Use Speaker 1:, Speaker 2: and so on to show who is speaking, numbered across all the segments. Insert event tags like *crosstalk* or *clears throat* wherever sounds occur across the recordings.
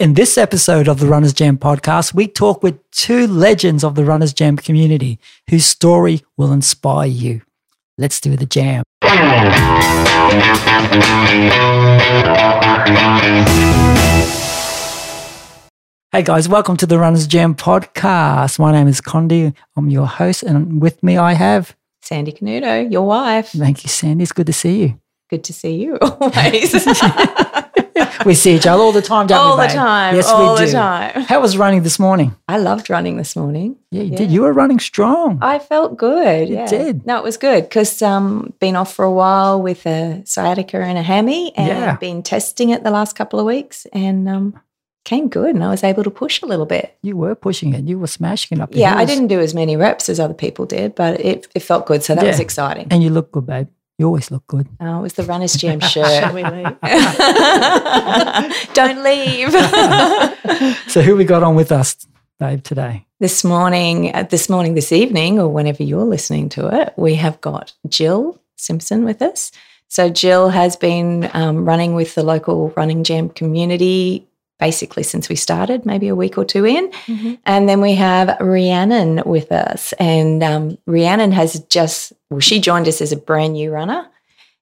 Speaker 1: In this episode of the Runners Jam podcast, we talk with two legends of the Runners Jam community whose story will inspire you. Let's do the jam. Hey guys, welcome to the Runners Jam podcast. My name is Condi. I'm your host, and with me I have.
Speaker 2: Sandy Canuto, your wife.
Speaker 1: Thank you, Sandy. It's good to see you.
Speaker 2: Good to see
Speaker 1: *laughs*
Speaker 2: you always.
Speaker 1: We see each other all the time, don't
Speaker 2: *laughs* All
Speaker 1: we?
Speaker 2: the
Speaker 1: babe?
Speaker 2: time.
Speaker 1: Yes,
Speaker 2: all
Speaker 1: we do.
Speaker 2: the time.
Speaker 1: How was running this morning?
Speaker 2: I loved running this morning.
Speaker 1: Yeah, you
Speaker 2: Yeah.
Speaker 1: did. You were running strong.
Speaker 2: I felt good.
Speaker 1: You
Speaker 2: yeah.
Speaker 1: did.
Speaker 2: No, it was good because um, been off for a while with a sciatica and a hammy, and
Speaker 1: Yeah.
Speaker 2: been testing it the last couple of weeks, and um, came good, and I was able to push a little bit.
Speaker 1: you were pushing it. You were smashing it up. the
Speaker 2: Yeah, I
Speaker 1: hills.
Speaker 2: didn't do as many reps as other people did, but it, it felt good, so that was
Speaker 1: Yeah.
Speaker 2: exciting.
Speaker 1: And you look good, babe. You always look good.
Speaker 2: Oh, it was the runner's
Speaker 1: *laughs*
Speaker 2: jam shirt.
Speaker 1: we
Speaker 2: *laughs* Don't leave.
Speaker 1: *laughs* so who we got on with us, babe, today?
Speaker 2: this morning, uh, this morning, this evening, or whenever you're listening to it, we have got Jill Simpson with us. So Jill has been um, running with the local running jam community basically since we started, maybe a week or two in. And then we have Rhiannon with us. And um, Rhiannon has just, well, she joined us as a brand new runner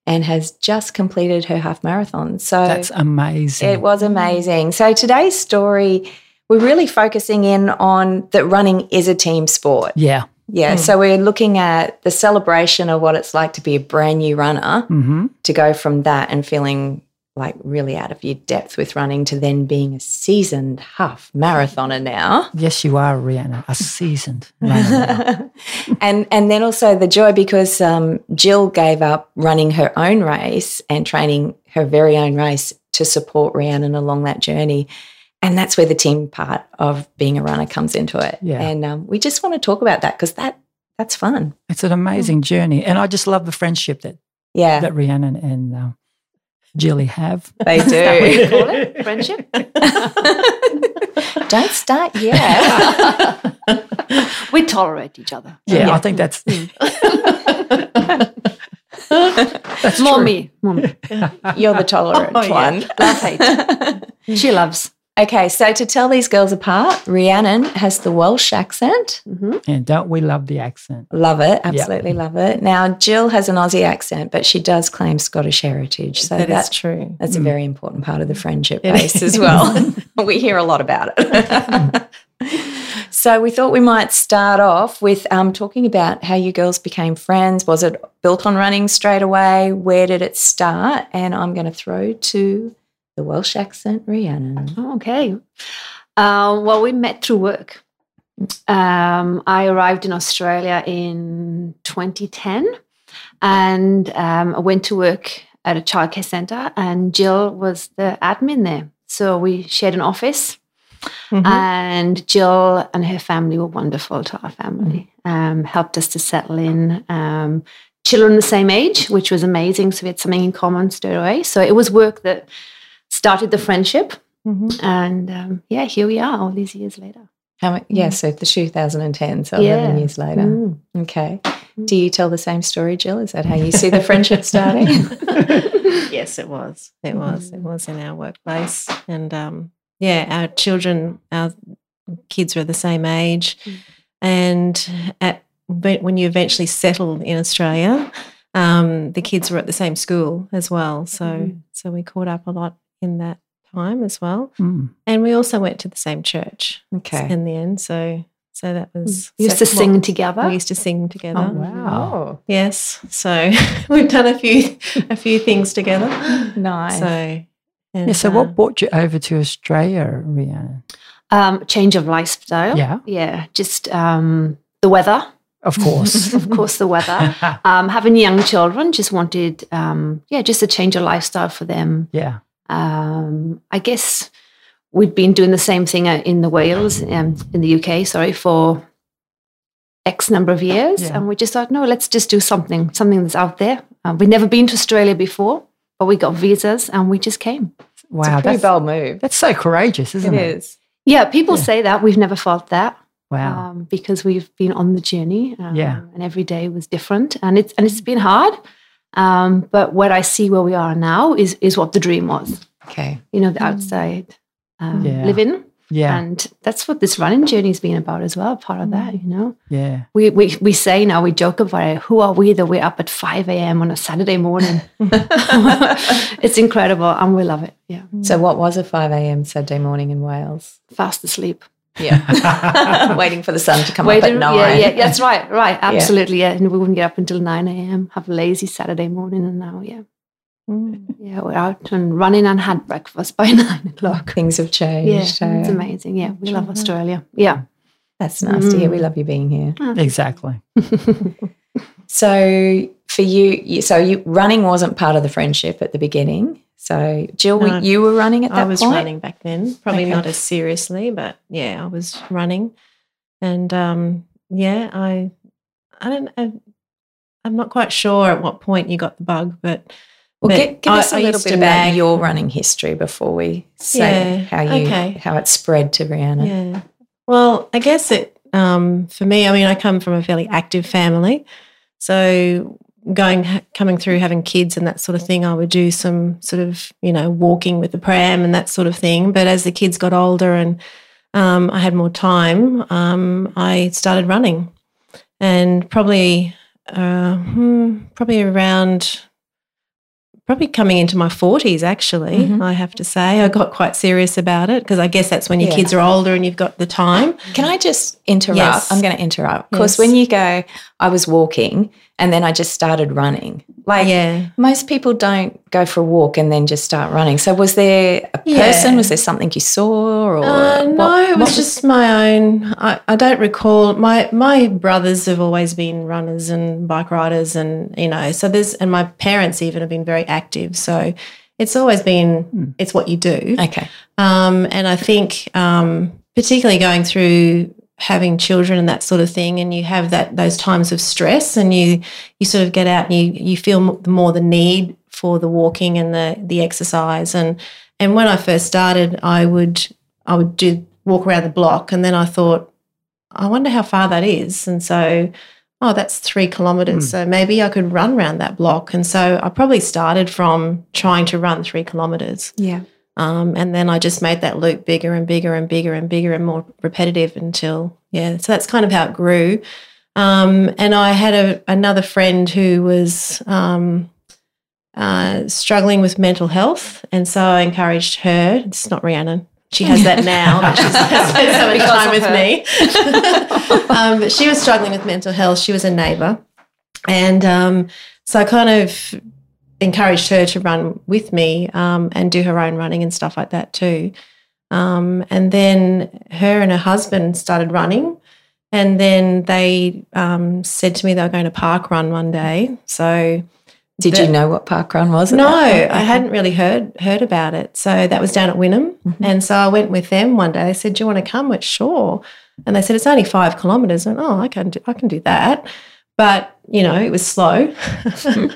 Speaker 2: and has just completed her half marathon. So
Speaker 1: That's amazing.
Speaker 2: it was amazing. So today's story, we're really focusing in on that running is a team sport.
Speaker 1: yeah.
Speaker 2: Yeah. So we're looking at the celebration of what it's like to be a brand new runner,
Speaker 1: hmm
Speaker 2: to go from that and feeling like really out of your depth with running to then being a seasoned half marathoner now.
Speaker 1: Yes, you are, Rihanna. A seasoned runner.
Speaker 2: *laughs* and and then also the joy because um, Jill gave up running her own race and training her very own race to support Rhiannon along that journey. And that's where the team part of being a runner comes into it.
Speaker 1: Yeah.
Speaker 2: And um, we just want to talk about that because that that's fun.
Speaker 1: it's an amazing journey, and I just love the friendship that
Speaker 2: Yeah,
Speaker 1: that Rhiannon and uh, Jilly
Speaker 2: *laughs*
Speaker 1: have. *laughs*
Speaker 2: they do.
Speaker 1: that what you call
Speaker 2: it? Friendship. Don't
Speaker 1: *laughs*
Speaker 2: start yet.
Speaker 3: We tolerate each other.
Speaker 1: Yeah, I think that's that's
Speaker 3: More
Speaker 1: true.
Speaker 3: me. More me.
Speaker 2: You're the tolerant
Speaker 3: Oh, yeah.
Speaker 2: one.
Speaker 1: *laughs*
Speaker 3: Love hate. She loves.
Speaker 2: Okay, so to tell these girls apart, Rhiannon has the Welsh accent.
Speaker 1: And don't we love the accent?
Speaker 2: Love it, absolutely love it. Now, Jill has an Aussie accent, but she does claim Scottish heritage. So that,
Speaker 4: That's true.
Speaker 2: that's a very important part of the friendship
Speaker 4: It
Speaker 2: base as well. *laughs* we hear a lot about it. *laughs* so we thought we might start off with um, talking about how you girls became friends. Was it built on running straight away? Where did it start? And I'm going to throw to the Welsh accent, Rhiannon.
Speaker 3: Okay. Uh, well, we met through work. Um, I arrived in Australia in 2010 and um, I went to work at a childcare centre, and Jill was the admin there. So we shared an office, Mm-hmm.
Speaker 4: Mhm.
Speaker 2: Mm-hmm. Uh,
Speaker 3: and Jill and her family were wonderful to our family, um, helped us to settle in. Um, children the same age, which was amazing. So we had something in common straight away. So it was work that started the friendship. And um, yeah, here we are all these years later.
Speaker 2: How, mu- yeah, so the 2010, so
Speaker 3: Yeah.
Speaker 2: 11 years later.
Speaker 3: Mm.
Speaker 2: Okay. Do you tell the same story, Jill? Is that how you see the *laughs* friendship starting?
Speaker 4: Yes, it was. It was.
Speaker 3: Mm.
Speaker 4: It was in our workplace. And um, yeah, our children, our kids were the same age.
Speaker 3: Mm.
Speaker 4: And at, but when you eventually settled in Australia, um, the kids were at the same school as well. So,
Speaker 3: Mhm.
Speaker 4: so we caught up a lot in that time as well.
Speaker 1: *laughs* Mm.
Speaker 4: And we also went to the same church
Speaker 2: Okay.
Speaker 4: in the end. So, so that was.
Speaker 3: We Mm. used to
Speaker 4: set-
Speaker 3: sing
Speaker 4: We
Speaker 3: together.
Speaker 4: used to sing together.
Speaker 1: Oh, wow.
Speaker 4: Yes, so *laughs* we've done a few a few things together.
Speaker 3: *laughs*
Speaker 2: Nice.
Speaker 4: So, and,
Speaker 1: Yeah, so
Speaker 4: uh,
Speaker 1: what brought you over to Australia, Rihanna?
Speaker 3: Um, change of lifestyle.
Speaker 1: Yeah,
Speaker 3: Yeah. Just um, the weather,
Speaker 1: of course.
Speaker 2: *laughs*
Speaker 3: of course, the
Speaker 1: *laughs*
Speaker 3: weather. Um, having young children, just wanted, um, yeah, just a change of lifestyle for them.
Speaker 1: yeah.
Speaker 3: Um, I guess we'd been doing the same thing uh, in the Wales, um, in the UK, sorry, for X number of years.
Speaker 1: Yeah.
Speaker 3: And we just thought, no, let's just do something, something that's out there. Um, we'd never been to Australia before, but we got visas and we just came.
Speaker 2: it's
Speaker 1: Wow.
Speaker 2: a pretty
Speaker 1: That's,
Speaker 2: bold move.
Speaker 1: that's so courageous, isn't it?
Speaker 2: is.
Speaker 3: Yeah, people
Speaker 1: Yeah.
Speaker 3: say that. We've never felt that
Speaker 4: Oh,
Speaker 1: Wow.
Speaker 3: um, because we've been on the journey. Um,
Speaker 1: Yeah.
Speaker 3: And every day was different. And it's, and it's been hard. Um, but what I see where we are now is, is what the dream was,
Speaker 2: *laughs* Okay.
Speaker 3: you know, the outside um,
Speaker 1: Mm. Yeah.
Speaker 3: live in.
Speaker 1: Yeah.
Speaker 3: And that's what this running journey's been about as well, part of that, you know.
Speaker 1: Yeah.
Speaker 3: We, we, we say now, we joke about it, who are we that we're up at 5 a.m. on a Saturday morning? *laughs* it's incredible and we love it. Yeah.
Speaker 2: So, what was a 5 a.m. Saturday morning in Wales?
Speaker 3: Fast asleep.
Speaker 2: Yeah. *laughs* Waiting for the sun to come up
Speaker 3: Waiting-
Speaker 2: at
Speaker 3: Yeah,
Speaker 2: nine.
Speaker 3: yeah, that's right, right, absolutely. Yeah. And we wouldn't get up until 9 a.m., have a lazy Saturday morning. And now, yeah,
Speaker 4: Mm.
Speaker 3: yeah, we're out and running and had breakfast by *laughs* nine o'clock.
Speaker 2: Things have
Speaker 3: Yeah,
Speaker 2: changed. so
Speaker 3: it's amazing. Yeah, we love Australia. Yeah.
Speaker 2: that's nice to hear. We love you being here.
Speaker 1: Exactly.
Speaker 2: So for you, you, so you running wasn't part of the friendship at the beginning. So Jill,
Speaker 4: No.
Speaker 2: you were running at that
Speaker 4: I was
Speaker 2: point.
Speaker 4: running back then, probably
Speaker 2: Okay.
Speaker 4: not as seriously, but yeah, I was running, and um, yeah, I, I don't, I, I'm not quite sure at what point you got the bug, but
Speaker 2: Well,
Speaker 4: But
Speaker 2: give, give
Speaker 4: I-
Speaker 2: us a
Speaker 4: I
Speaker 2: little
Speaker 4: used
Speaker 2: bit
Speaker 4: to
Speaker 2: about
Speaker 4: nag.
Speaker 2: your running history before we say
Speaker 4: Yeah,
Speaker 2: how you
Speaker 4: okay.
Speaker 2: how it spread to Brianna.
Speaker 4: Yeah. Well, I guess it um, for me. I mean, I come from a fairly active family, so going ha- coming through having kids and that sort of thing, I would do some sort of you know walking with the pram and that sort of thing. But as the kids got older and um, I had more time, um, I started running, and probably uh, hmm, probably around. Probably coming into my 40s, actually,
Speaker 2: Mhm.
Speaker 4: I have to say. I got quite serious about it because I guess that's when your
Speaker 2: Yeah.
Speaker 4: kids are older and you've got the time.
Speaker 2: Can I just interrupt?
Speaker 4: Yes.
Speaker 2: I'm going to interrupt. Of course,
Speaker 4: Yes.
Speaker 2: when you go, I was walking and then I just started running. Like
Speaker 4: yeah.
Speaker 2: most people don't go for a walk and then just start running. So was there a
Speaker 4: Yeah.
Speaker 2: person? Was there something you saw? Or
Speaker 4: Uh, no,
Speaker 2: what-
Speaker 4: it
Speaker 2: what
Speaker 4: was just my own. I, I don't recall. My my brothers have always been runners and bike riders, and you know, so there's and my parents even have been very active. So it's always been
Speaker 2: Hmm.
Speaker 4: it's what you do.
Speaker 2: Okay.
Speaker 4: Um, and I think, um, particularly going through having children and that sort of thing, and you have that those times of stress, and you you sort of get out and you you feel m- more the need for the walking and the the exercise. And and when I first started, I would I would do walk around the block, and then I thought, I wonder how far that is, and so. Oh, that's three kilometres.
Speaker 1: Hmm.
Speaker 4: So maybe I could run around that block. And so I probably started from trying to run three kilometres.
Speaker 2: Yeah.
Speaker 4: Um, and then I just made that loop bigger and bigger and bigger and bigger and more repetitive until, yeah. So that's kind of how it grew. Um, and I had a, another friend who was um, uh, struggling with mental health. And so I encouraged her. It's not Rhiannon. She has that now, but she's spent so much
Speaker 3: Because
Speaker 4: time
Speaker 3: of her.
Speaker 4: with me. *laughs* um, but she was struggling with mental health. She was a neighbour. And um, so I kind of encouraged her to run with me um, and do her own running and stuff like that too. Um, and then her and her husband started running. And then they um, said to me they were going to park run one day. So
Speaker 2: Did
Speaker 4: The-
Speaker 2: you know what park run was? at
Speaker 4: no,
Speaker 2: that point?
Speaker 4: I
Speaker 2: Okay.
Speaker 4: hadn't really heard heard about it. So that was down at Wynnum,
Speaker 1: Mm-hmm.
Speaker 2: Mhm.
Speaker 4: and so I went with them one day. They said, "Do you want to come?" I went, "Sure." And they said, "It's only five kilometres." And oh, I can do, I can do that, but you know, it was slow.
Speaker 1: Hmm.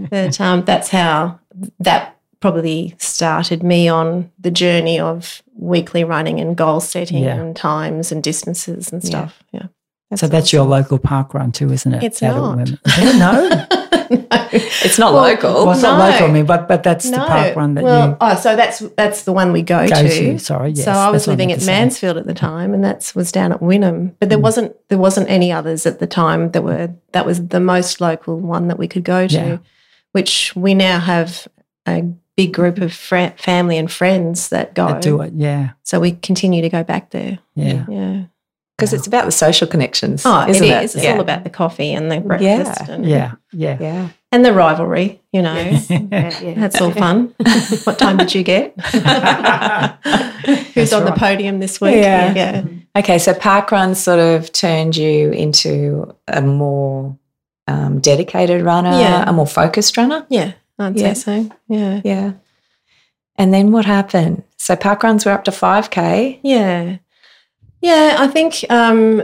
Speaker 4: *laughs* but um, that's how that probably started me on the journey of weekly running and goal setting
Speaker 1: Yeah.
Speaker 4: and times and distances and
Speaker 2: Yeah.
Speaker 4: stuff. Yeah,
Speaker 1: so that's your local park run too, isn't it?
Speaker 4: It's
Speaker 1: Out at
Speaker 4: not.
Speaker 1: Wyndham.
Speaker 4: *laughs*
Speaker 1: Is it? No.
Speaker 2: It's not
Speaker 4: Well,
Speaker 2: local.
Speaker 1: Well, it's not
Speaker 4: No.
Speaker 1: local, I mean, but but that's the park run that
Speaker 4: well, oh, so that's that's the one we go,
Speaker 1: you go
Speaker 4: to.
Speaker 1: to. Sorry, yes.
Speaker 4: so I was
Speaker 1: that's what
Speaker 4: living
Speaker 1: meant
Speaker 4: at
Speaker 1: to say.
Speaker 4: Mansfield at the time, and that was down at Wynnum. But there
Speaker 1: Mm.
Speaker 4: wasn't there wasn't any others at the time that were that was the most local one that we could go to,
Speaker 1: Yeah.
Speaker 4: which we now have a big group of fri family and friends that go.
Speaker 1: That do it.
Speaker 4: *laughs*
Speaker 1: Yeah.
Speaker 4: So we continue to go back there.
Speaker 1: Yeah.
Speaker 4: Yeah.
Speaker 2: Because it's about the social connections.
Speaker 4: Oh,
Speaker 2: isn't
Speaker 4: it is. It's
Speaker 2: yeah.
Speaker 4: all about the coffee and the breakfast And,
Speaker 1: Yeah. Yeah.
Speaker 2: Yeah.
Speaker 4: and the rivalry, you know.
Speaker 3: *laughs*
Speaker 1: *laughs*
Speaker 3: Yeah, yeah.
Speaker 4: That's all fun. what time did you get? Who's
Speaker 1: That's
Speaker 4: on the
Speaker 1: right.
Speaker 4: podium this week?
Speaker 2: Yeah.
Speaker 4: yeah.
Speaker 2: Okay, so parkrun sort of turned you into a more um, dedicated runner,
Speaker 4: Yeah.
Speaker 2: a more focused runner.
Speaker 4: Yeah, I'd
Speaker 2: Yeah.
Speaker 4: say so. Yeah.
Speaker 2: Yeah. And then what happened? So parkruns were up to 5K.
Speaker 4: Yeah. Yeah, I think um,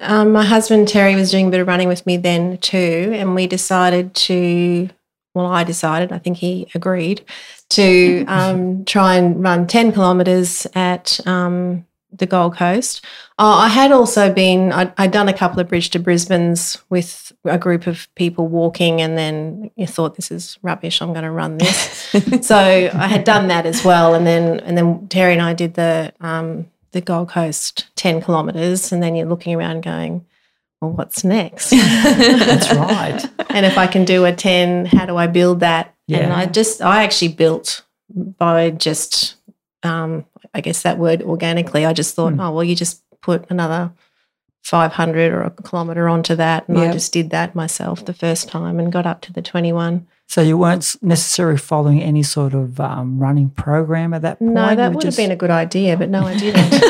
Speaker 4: um, my husband Terry was doing a bit of running with me then too, and we decided to, well, I decided, I think he agreed, to um, try and run 10 kilometres at um, the Gold Coast. Uh, I had also been, I'd, I'd done a couple of Bridge to Brisbane's with a group of people walking, and then you thought, this is rubbish, I'm going to run this. so I had done that as well. And then, and then Terry and I did the, um, the Gold Coast 10 kilometres, and then you're looking around going, well, what's next?
Speaker 1: That's right.
Speaker 4: and if I can do a 10, how do I build that? And
Speaker 1: Yeah.
Speaker 4: I just, I actually built by just, um, I guess that word organically. I just thought,
Speaker 1: Hmm.
Speaker 4: oh, well, you just put another 500 or a kilometre onto that. And I
Speaker 2: Yep.
Speaker 4: just did that myself the first time and got up to the 21.
Speaker 1: So you weren't s- necessarily following any sort of um, running program at that point.
Speaker 4: No,
Speaker 1: You
Speaker 4: that
Speaker 1: were
Speaker 4: would
Speaker 1: just-
Speaker 4: have been a good idea, but no,
Speaker 1: *laughs*
Speaker 4: I didn't.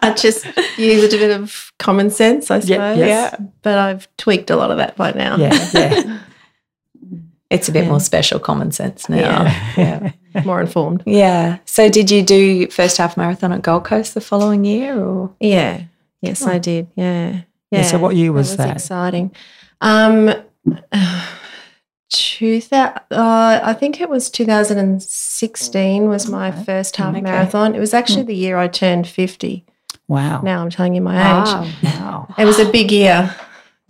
Speaker 4: I just used a bit of common sense, I
Speaker 1: Yeah,
Speaker 4: suppose.
Speaker 1: yes.
Speaker 4: But I've tweaked a lot of that by now. *laughs*
Speaker 1: yeah, yeah.
Speaker 2: It's a bit
Speaker 4: Yeah.
Speaker 2: more special common sense now.
Speaker 4: Yeah.
Speaker 2: yeah.
Speaker 4: More informed.
Speaker 2: Yeah. So did you do first half marathon at Gold Coast the following year or
Speaker 4: Yeah. Yes,
Speaker 2: Oh.
Speaker 4: I did. Yeah.
Speaker 1: Yeah, so what year was that?
Speaker 4: exciting. Um, *sighs* two thousand. Uh, I think it was 2016 was my
Speaker 1: Okay. Hmm.
Speaker 4: first half
Speaker 2: Okay.
Speaker 4: marathon. It was actually the year I turned 50.
Speaker 1: *laughs* Wow.
Speaker 4: Now I'm telling you my age.
Speaker 1: Ah.
Speaker 3: Wow.
Speaker 1: Wow.
Speaker 4: It was a big year.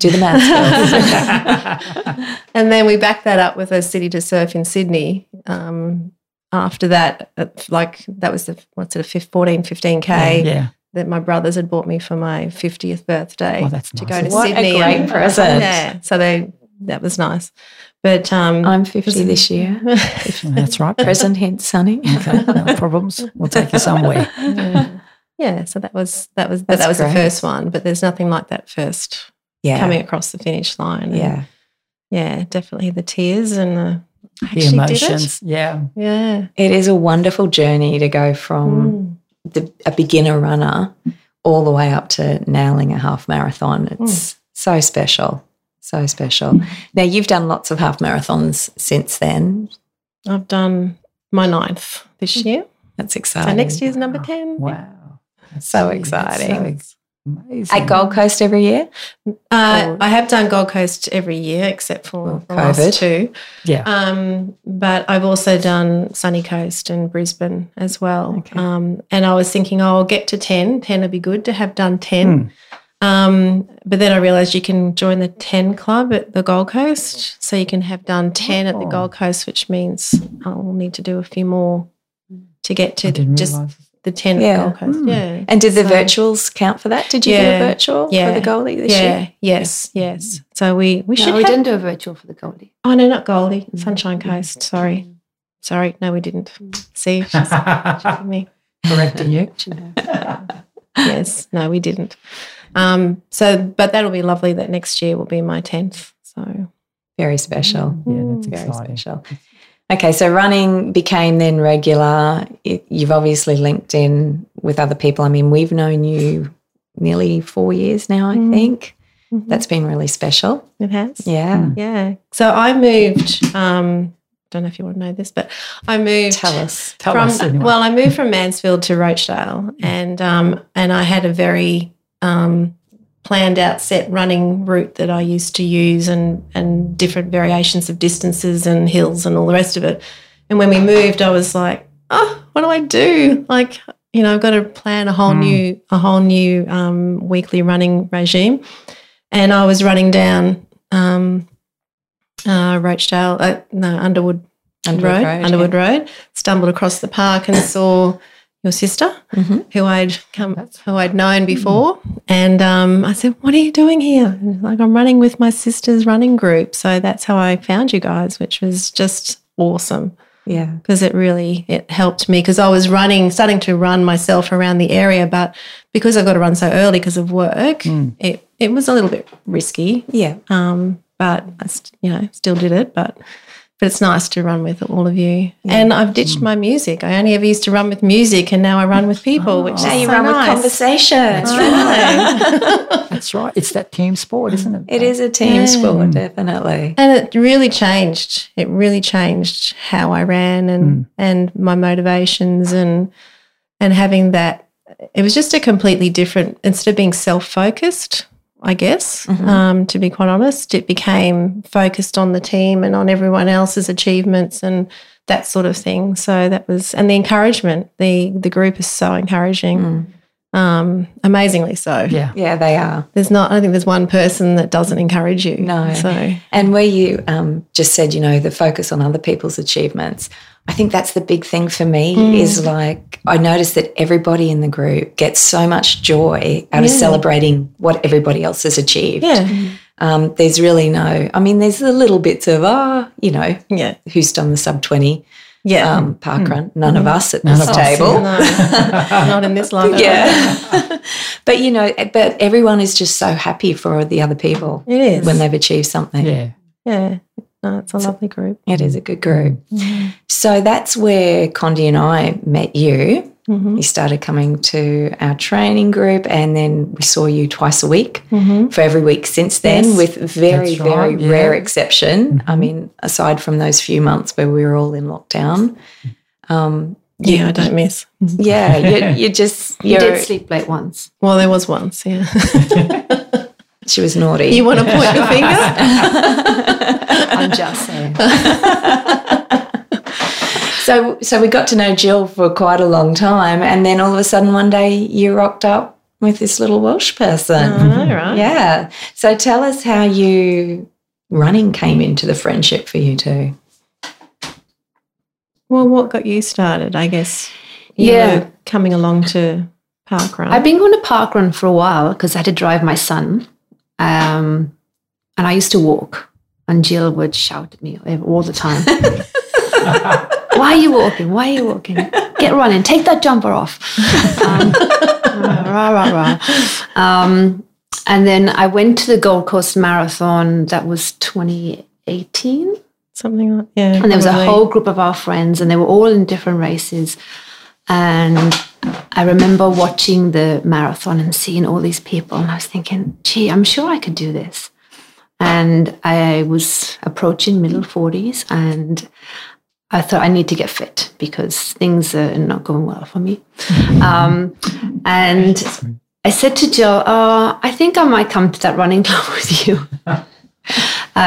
Speaker 2: do the maths?
Speaker 1: *laughs*
Speaker 4: *laughs*
Speaker 2: girls. *laughs*
Speaker 4: And then we backed that up with a city to surf in Sydney. Um, after that, uh, like that was the what's it, a fif- 14, 15 k
Speaker 1: yeah.
Speaker 4: that my brothers had bought me for my 50th birthday
Speaker 1: Well, that's
Speaker 4: to
Speaker 1: nice.
Speaker 4: go to
Speaker 2: What a
Speaker 4: Sydney.
Speaker 2: great
Speaker 4: and-
Speaker 2: present.
Speaker 4: Yeah, so they that was nice. But um,
Speaker 2: I'm 50 this *laughs* year.
Speaker 1: That's
Speaker 2: *laughs*
Speaker 1: right.
Speaker 2: Present hint, Sunny.
Speaker 1: Okay, no problems. We'll take you somewhere.
Speaker 4: *laughs* yeah, so that was that was
Speaker 2: That's
Speaker 4: that was
Speaker 2: great.
Speaker 4: the first one. But there's nothing like that first
Speaker 2: *laughs* Yeah.
Speaker 4: coming across the finish line. And
Speaker 2: Yeah.
Speaker 4: yeah, definitely the tears and the,
Speaker 1: The
Speaker 4: I actually did it.
Speaker 1: emotions. Yeah.
Speaker 4: Yeah.
Speaker 2: It is a wonderful journey to go from
Speaker 4: Mm.
Speaker 2: the, a beginner runner all the way up to nailing a half marathon.
Speaker 4: Mm.
Speaker 2: It's so special. So special. Now, you've done lots of half marathons since then.
Speaker 4: I've done my ninth this year.
Speaker 2: That's
Speaker 4: So
Speaker 2: exciting.
Speaker 4: next year's number 10.
Speaker 1: Wow. That's
Speaker 2: So
Speaker 1: really- that's so
Speaker 2: exciting.
Speaker 1: ex- amazing.
Speaker 2: At Gold Coast every year?
Speaker 4: Uh,
Speaker 2: Or-
Speaker 4: I have done Gold Coast every year except for
Speaker 2: Well,
Speaker 4: the last
Speaker 2: COVID.
Speaker 4: two.
Speaker 1: Yeah.
Speaker 4: Um, but I've also done Sunny Coast and Brisbane as well.
Speaker 2: Okay.
Speaker 4: Um, and I was thinking, oh, I'll get to 10. 10 would be good to have done
Speaker 1: Hmm. Mm.
Speaker 4: 10. Um, but then I realised you can join the 10 club at the Gold Coast. So you can have done 10 at the
Speaker 1: Oh.
Speaker 4: Gold Coast, which means I'll need to do a few more to get
Speaker 1: I
Speaker 4: to
Speaker 1: didn't
Speaker 4: just
Speaker 1: realize.
Speaker 4: the 10
Speaker 2: Yeah.
Speaker 4: at Gold Coast.
Speaker 1: Mm.
Speaker 4: Yeah.
Speaker 2: And did the
Speaker 4: So-
Speaker 2: virtuals count for that? Did you do
Speaker 4: Yeah.
Speaker 2: a virtual for
Speaker 4: Yeah.
Speaker 2: the goalie this
Speaker 4: yeah,
Speaker 2: year?
Speaker 4: yes, yes. So we we
Speaker 3: No,
Speaker 4: should.
Speaker 3: we
Speaker 4: have-
Speaker 3: didn't do a virtual for the Goldie.
Speaker 4: Oh no, not Goldie,
Speaker 1: Hmm.
Speaker 3: Mm.
Speaker 4: Sunshine Coast. Sorry, sorry. No, we didn't.
Speaker 2: Hmm.
Speaker 4: See,
Speaker 1: *laughs*
Speaker 4: she's
Speaker 1: Correcting
Speaker 4: me.
Speaker 1: you.
Speaker 4: Yes, no, we didn't. Um. So, but that'll be lovely. That next year will be my tenth. So
Speaker 2: Very special.
Speaker 1: Yeah, that's
Speaker 4: Mm.
Speaker 2: Very
Speaker 1: exciting.
Speaker 2: special. Okay, so running became then regular. Y- You've obviously linked in with other people. I mean, we've known you nearly four years now, I
Speaker 4: Mm.
Speaker 2: think. That's been really special.
Speaker 4: it has.
Speaker 2: Mm-hmm. Yeah.
Speaker 4: yeah. So I moved. Um, don't know if you want to know this, but I moved.
Speaker 2: Tell us.
Speaker 1: Tell
Speaker 4: from,
Speaker 1: us anyway.
Speaker 4: Well, I moved from Mansfield to Roachdale, and um, and I had a very um, planned out set running route that I used to use, and and different variations of distances and hills and all the rest of it. And when we moved, I was like, oh, what do I do? Like, you know, I've got to plan a whole
Speaker 1: Mm.
Speaker 4: new a whole new um, weekly running regime, and I was running down. Um, uh, Roachdale, uh, no, Underwood
Speaker 2: Underwood
Speaker 4: Road,
Speaker 2: Road,
Speaker 4: Underwood Road. Stumbled across the park and saw your sister,
Speaker 2: Mhm.
Speaker 4: who I'd come, who I'd known before, and um, I said, "What are you doing here?" And she's like, "I'm running with my sister's running group." So that's how I found you guys, which was just awesome
Speaker 2: Yeah.
Speaker 4: because it really it helped me because I was running, starting to run myself around the area, but because I've got to run so early because of work,
Speaker 1: Mm.
Speaker 4: it it was a little bit risky.
Speaker 2: Yeah.
Speaker 4: Um, but I, st- you know, still did it. But but it's nice to run with all of you. And I've ditched my music. I only ever used to run with music, and now I run with people, which is
Speaker 1: Now you
Speaker 4: Oh, so nice. *laughs*
Speaker 2: conversation.
Speaker 4: I know.
Speaker 1: That's right. It's that team sport, isn't it?
Speaker 2: it is a team
Speaker 4: Yeah.
Speaker 2: sport, definitely.
Speaker 4: and it really changed. It really changed how I ran and
Speaker 2: Mm.
Speaker 4: and my motivations and and having that. It was just a completely different. Instead of being self focused, I guess,
Speaker 2: Mhm.
Speaker 4: um, to be quite honest. It became focused on the team and on everyone else's achievements and that sort of thing. So that was, and the encouragement, the, the group is so encouraging,
Speaker 2: Mm.
Speaker 4: um, amazingly so.
Speaker 2: *laughs*
Speaker 1: Yeah.
Speaker 2: Yeah, they are.
Speaker 4: There's not, I don't think there's one person that doesn't encourage you.
Speaker 2: No. *laughs*
Speaker 4: So,
Speaker 2: And where you um, just said, you know, the focus on other people's achievements, I think that's the big thing for me
Speaker 4: Mm.
Speaker 2: is like, I notice that everybody in the group gets so much joy out of
Speaker 4: Yeah.
Speaker 2: celebrating what everybody else has achieved.
Speaker 4: yeah.
Speaker 2: Um, there's really no, I mean, there's the little bits of, ah, you know,
Speaker 4: Yeah.
Speaker 2: who's done the sub 20
Speaker 4: Yeah.
Speaker 2: um, park
Speaker 4: Hmm.
Speaker 2: run? None of us at
Speaker 1: None
Speaker 2: this
Speaker 1: of us,
Speaker 3: *laughs*
Speaker 2: table.
Speaker 4: Um, No, not in this
Speaker 2: *laughs*
Speaker 4: life.
Speaker 2: yeah. *laughs* but, you know, eh, but everyone is just so happy for the other people
Speaker 4: It is.
Speaker 2: when they've achieved something.
Speaker 1: Yeah.
Speaker 3: *laughs*
Speaker 4: yeah. No, it's a
Speaker 2: So-
Speaker 4: lovely group.
Speaker 2: It is a good group.
Speaker 3: Mm-hmm.
Speaker 2: So that's where Condi and I met you.
Speaker 4: Mm-hmm.
Speaker 2: You started coming to our training group, and then we saw you twice a week
Speaker 4: Mm-hmm.
Speaker 2: for every week since then,
Speaker 4: Yes.
Speaker 2: with very,
Speaker 1: That's right,
Speaker 2: very
Speaker 1: yeah.
Speaker 2: rare exception. I
Speaker 1: Mhm.
Speaker 2: mean, aside from those few months where we were all in lockdown. Um,
Speaker 4: Yeah, I don't miss.
Speaker 3: Mm-hmm.
Speaker 2: yeah, you're, you're just,
Speaker 3: You
Speaker 2: you're,
Speaker 3: did sleep late once.
Speaker 4: Well, there was once, yeah. *laughs*
Speaker 2: she was naughty. *laughs*
Speaker 4: you want to point your finger?
Speaker 3: *laughs* *laughs* I'm just saying.
Speaker 2: *laughs* so, so we got to know Jill for quite a long time, and then all of a sudden one day you rocked up with this little Welsh person.
Speaker 4: I
Speaker 3: Mm-hmm.
Speaker 4: know, right?
Speaker 2: Yeah. So tell us how you running came into the friendship for you two.
Speaker 4: Well, what got you started, I guess? You
Speaker 3: Yeah.
Speaker 4: were coming along to park run.
Speaker 3: I've been going to parkrun for a while because I had to drive my son, um, and I used to walk. And Jill would shout at me all the *laughs* time. Why are you walking? Why are you walking? Get running. Take that jumper off. Um, *laughs* rah, rah, rah, rah. Um, and then I went to the Gold Coast Marathon. That was 2018.
Speaker 4: Something like yeah.
Speaker 3: And there was a
Speaker 4: probably.
Speaker 3: whole group of our friends, and they were all in different races. And I remember watching the marathon and seeing all these people, and I was thinking, gee, I'm sure I could do this. And I was approaching middle 40s, and I thought I need to get fit because things are not going well for me. Um, and I said to Jill, oh, I think I might come to that running *laughs* club with you.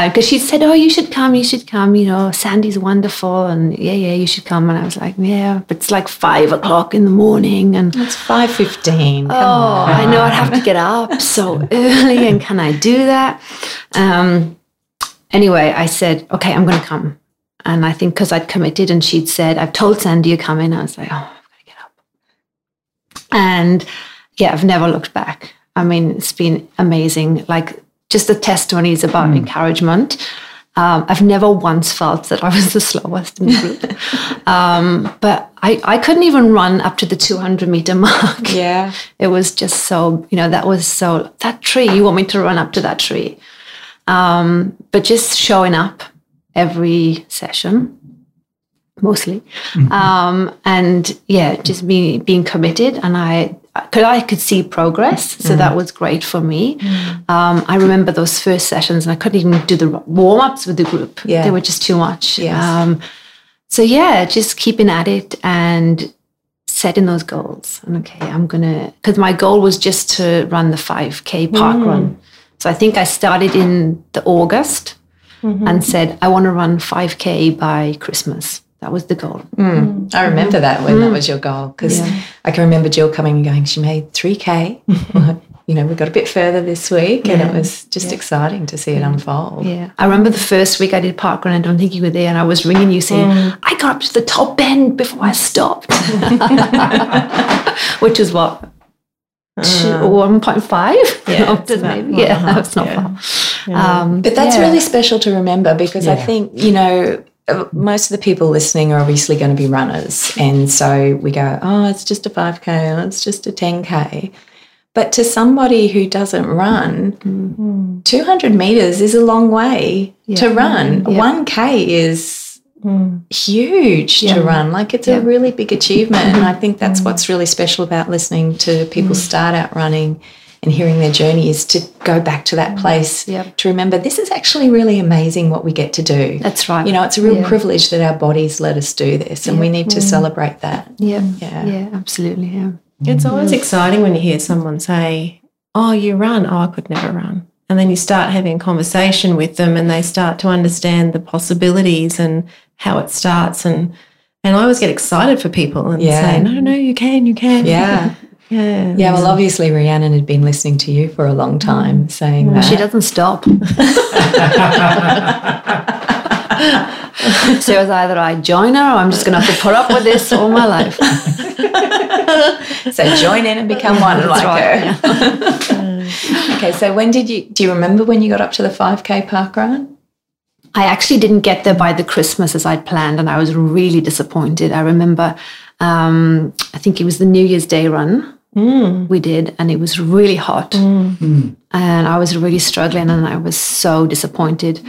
Speaker 3: Because she said, oh, you should come, you should come. You know, Sandy's wonderful. And yeah, yeah, you should come. And I was like, yeah, but it's like five o'clock in the morning. And
Speaker 2: It's five fifteen.
Speaker 3: oh, I know I'd have to get up so early, and can I do that? Um, anyway, I said, okay, I'm going to come. And I think because I'd committed and she'd said, I've told Sandy you're coming. I was like, oh, I've got to get up. And yeah, I've never looked back. I mean, it's been amazing. Like, just the testimonies about encouragement. Um, I've never once felt that I was the slowest in the group. um, but I, I couldn't even run up to the 200 meter mark
Speaker 2: Yeah.
Speaker 3: it was just so you know that was so that tree you want me to run up to that tree um, but just showing up every session mostly um, and yeah just me being committed and i could i could see progress so that was great for me um, i remember those first sessions and i couldn't even do the warm-ups with the group
Speaker 2: Yeah.
Speaker 3: they were just too much
Speaker 2: Yes.
Speaker 3: um, so yeah just keeping at it and setting those goals. And okay, I'm gonna because my goal was just to run the 5k park
Speaker 2: Mm.
Speaker 3: run. So I think I started in the August
Speaker 2: Mm-hmm.
Speaker 3: and said I want to run 5k by Christmas. That was the goal.
Speaker 2: Mm. I remember that when that was your goal because I can remember Jill coming and going, she made
Speaker 3: *laughs*
Speaker 2: 3K. you know, we got a bit further this week and it was just exciting to see it unfold.
Speaker 3: Yeah, I remember the first week I did park run. I don't think you were there, and I was ringing you saying
Speaker 4: Mm.
Speaker 3: I got up to the top end before I
Speaker 4: *laughs*
Speaker 3: stopped, *laughs* which is what. two- 1.5
Speaker 4: Uh-huh.
Speaker 3: *laughs*
Speaker 4: Yeah,
Speaker 3: Up to
Speaker 4: it's about
Speaker 3: maybe.
Speaker 4: one and a
Speaker 3: yeah
Speaker 4: half,
Speaker 3: that's not
Speaker 4: yeah.
Speaker 3: far
Speaker 4: Yeah.
Speaker 3: um,
Speaker 2: But that's
Speaker 3: yeah.
Speaker 2: really special to remember because I
Speaker 1: Yeah.
Speaker 2: think, you know, uh, most of the people listening are obviously going to be runners. And so we go, oh, it's just a 5K, oh, it's just a 10K. But to somebody who doesn't run, 200 meters is a long way to run.
Speaker 3: Mm-hmm. Yeah. Mm.
Speaker 2: 1K is huge to run. Like it's
Speaker 3: Yeah. Mm.
Speaker 2: a really big achievement. And I think that's what's really special about listening to people start out running and hearing their journey is to go back to that place
Speaker 3: Mm. Yep.
Speaker 2: to remember this is actually really amazing what we get to do.
Speaker 3: that's right
Speaker 2: You know, it's a real
Speaker 3: Yeah.
Speaker 2: privilege that our bodies let us do this and we need to celebrate that.
Speaker 3: yeah
Speaker 2: Yeah.
Speaker 3: yeah absolutely yeah
Speaker 4: Uh-huh. It's always exciting when you hear someone say, oh, you run. Oh, I could never run. And then you start having a conversation with them and they start to understand the possibilities and how it starts. And, and I always get excited for people and
Speaker 2: Yeah.
Speaker 4: say, no, no, you can, you can.
Speaker 2: Yeah.
Speaker 4: Yeah.
Speaker 2: Yeah. Well, obviously, Rhiannon had been listening to you for a long time saying that.
Speaker 3: She doesn't
Speaker 4: *laughs*
Speaker 3: stop. *laughs* so it was either I join her or I'm just going to have to put up with this all my life.
Speaker 2: So join in and become one like her. *laughs* Okay. So when did you, do you remember when you got up to the 5K park run?
Speaker 3: I actually didn't get there by the Christmas as I'd planned, and I was really disappointed. I remember, um, I think it was the New Year's Day run
Speaker 2: Hmm.
Speaker 3: we did, and it was really hot, and I was really struggling, and I was so disappointed.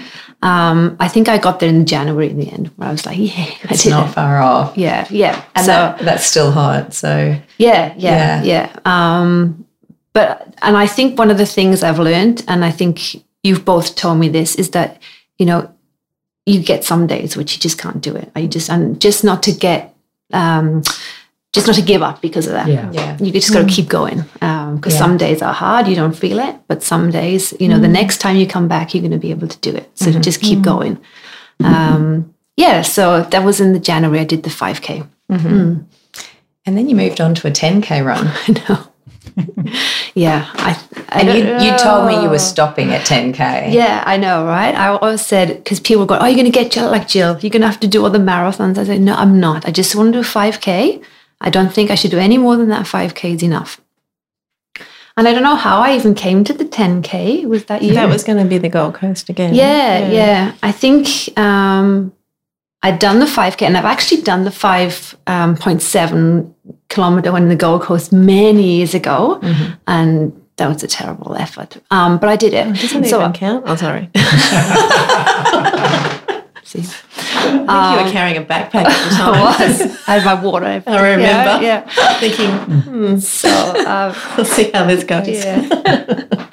Speaker 3: Um, I think I got there in January in the end, where I was like, "Yeah, I
Speaker 2: It's
Speaker 3: did
Speaker 2: not
Speaker 3: it."
Speaker 2: far off.
Speaker 3: Yeah, yeah, and
Speaker 2: so
Speaker 3: uh,
Speaker 2: that's still hot. So
Speaker 3: yeah, yeah, yeah. Um, but and I think one of the things I've learned, and I think you've both told me this, is that you know you get some days which you just can't do it. You just and just not to get, um, just not to give up because of that.
Speaker 1: Yeah.
Speaker 2: yeah.
Speaker 3: You just got to keep going because
Speaker 2: Yeah.
Speaker 3: some days are hard. You don't feel it, but some days, you know, the next time you come back, you're going to be able to do it. So just keep going. Um, yeah. So that was in the January. I did the five k.
Speaker 2: And then you moved on to a 10K run.
Speaker 3: *laughs* No. *laughs* yeah, I, I
Speaker 2: And you,
Speaker 3: don't
Speaker 2: you told me you
Speaker 3: know.
Speaker 2: were stopping at 10K.
Speaker 3: uh, Yeah, I know, right? I always said because people go, "Oh, you're going to get Jill like Jill. You're going to have to do all the marathons." I said, "No, I'm not. I just want to do 5k. I don't think I should do any more than that. 5k is enough." And I don't know how I even came to the 10k. Was that you?
Speaker 4: That was going to be the Gold Coast again.
Speaker 3: yeah, yeah. I think um, I'd done the 5K and I've actually done the 5.7 kilometer one in the Gold Coast many years ago. And that was a terrible effort. Um, but I did it.
Speaker 4: Doesn't
Speaker 3: So-
Speaker 4: even count. Oh, sorry. *laughs* I
Speaker 3: See.
Speaker 4: think you were carrying a backpack at the
Speaker 3: *laughs* Uh,
Speaker 4: time.
Speaker 3: I was. I had my water. I
Speaker 4: remember.
Speaker 3: Yeah.
Speaker 4: Thinking,
Speaker 3: *laughs*
Speaker 4: hmm,
Speaker 3: So, um,
Speaker 4: we'll see how this goes.
Speaker 3: yeah.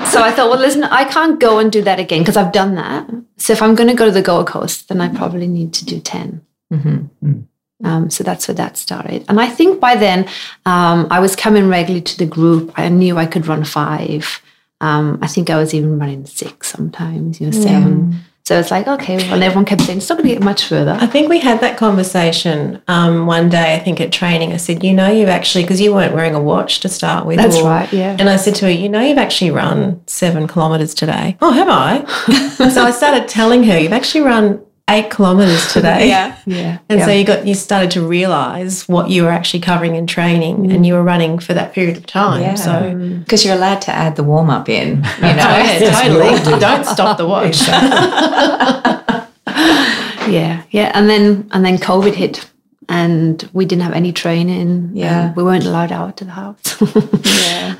Speaker 3: so I thought, well, listen, I can't go and do that again because I've done that. So if I'm going to go to the Gold Coast, then I probably need to do 10. Um, so that's where that started. And I think by then, um, I was coming regularly to the group. I knew I could run five. Um, I think I was even running six sometimes, you know, seven. So it's like, okay, well, everyone kept saying, it's not going to get much further.
Speaker 4: I think we had that conversation um, one day, I think at training. I said, You know, you've actually, because you weren't wearing a watch to start with.
Speaker 3: That's
Speaker 4: or-
Speaker 3: right, yeah.
Speaker 4: And I said to her, You know, you've actually run seven kilometres today. Oh,
Speaker 3: *laughs*
Speaker 4: have I? so I started telling her, You've actually run eight kilometres today.
Speaker 2: Yeah.
Speaker 3: Yeah.
Speaker 4: And
Speaker 3: yeah.
Speaker 4: so you got you started to realise what you were actually covering in training,
Speaker 3: Mm.
Speaker 4: and you were running for that period of time.
Speaker 2: Yeah.
Speaker 3: Oh,
Speaker 4: So
Speaker 2: Because you're allowed to add the warm up in, you know.
Speaker 4: yeah, totally, don't stop the watch.
Speaker 3: *laughs*
Speaker 4: *laughs*
Speaker 3: Yeah, yeah, and then and then COVID hit, and we didn't have any training.
Speaker 2: Yeah.
Speaker 3: and we weren't allowed out to the house.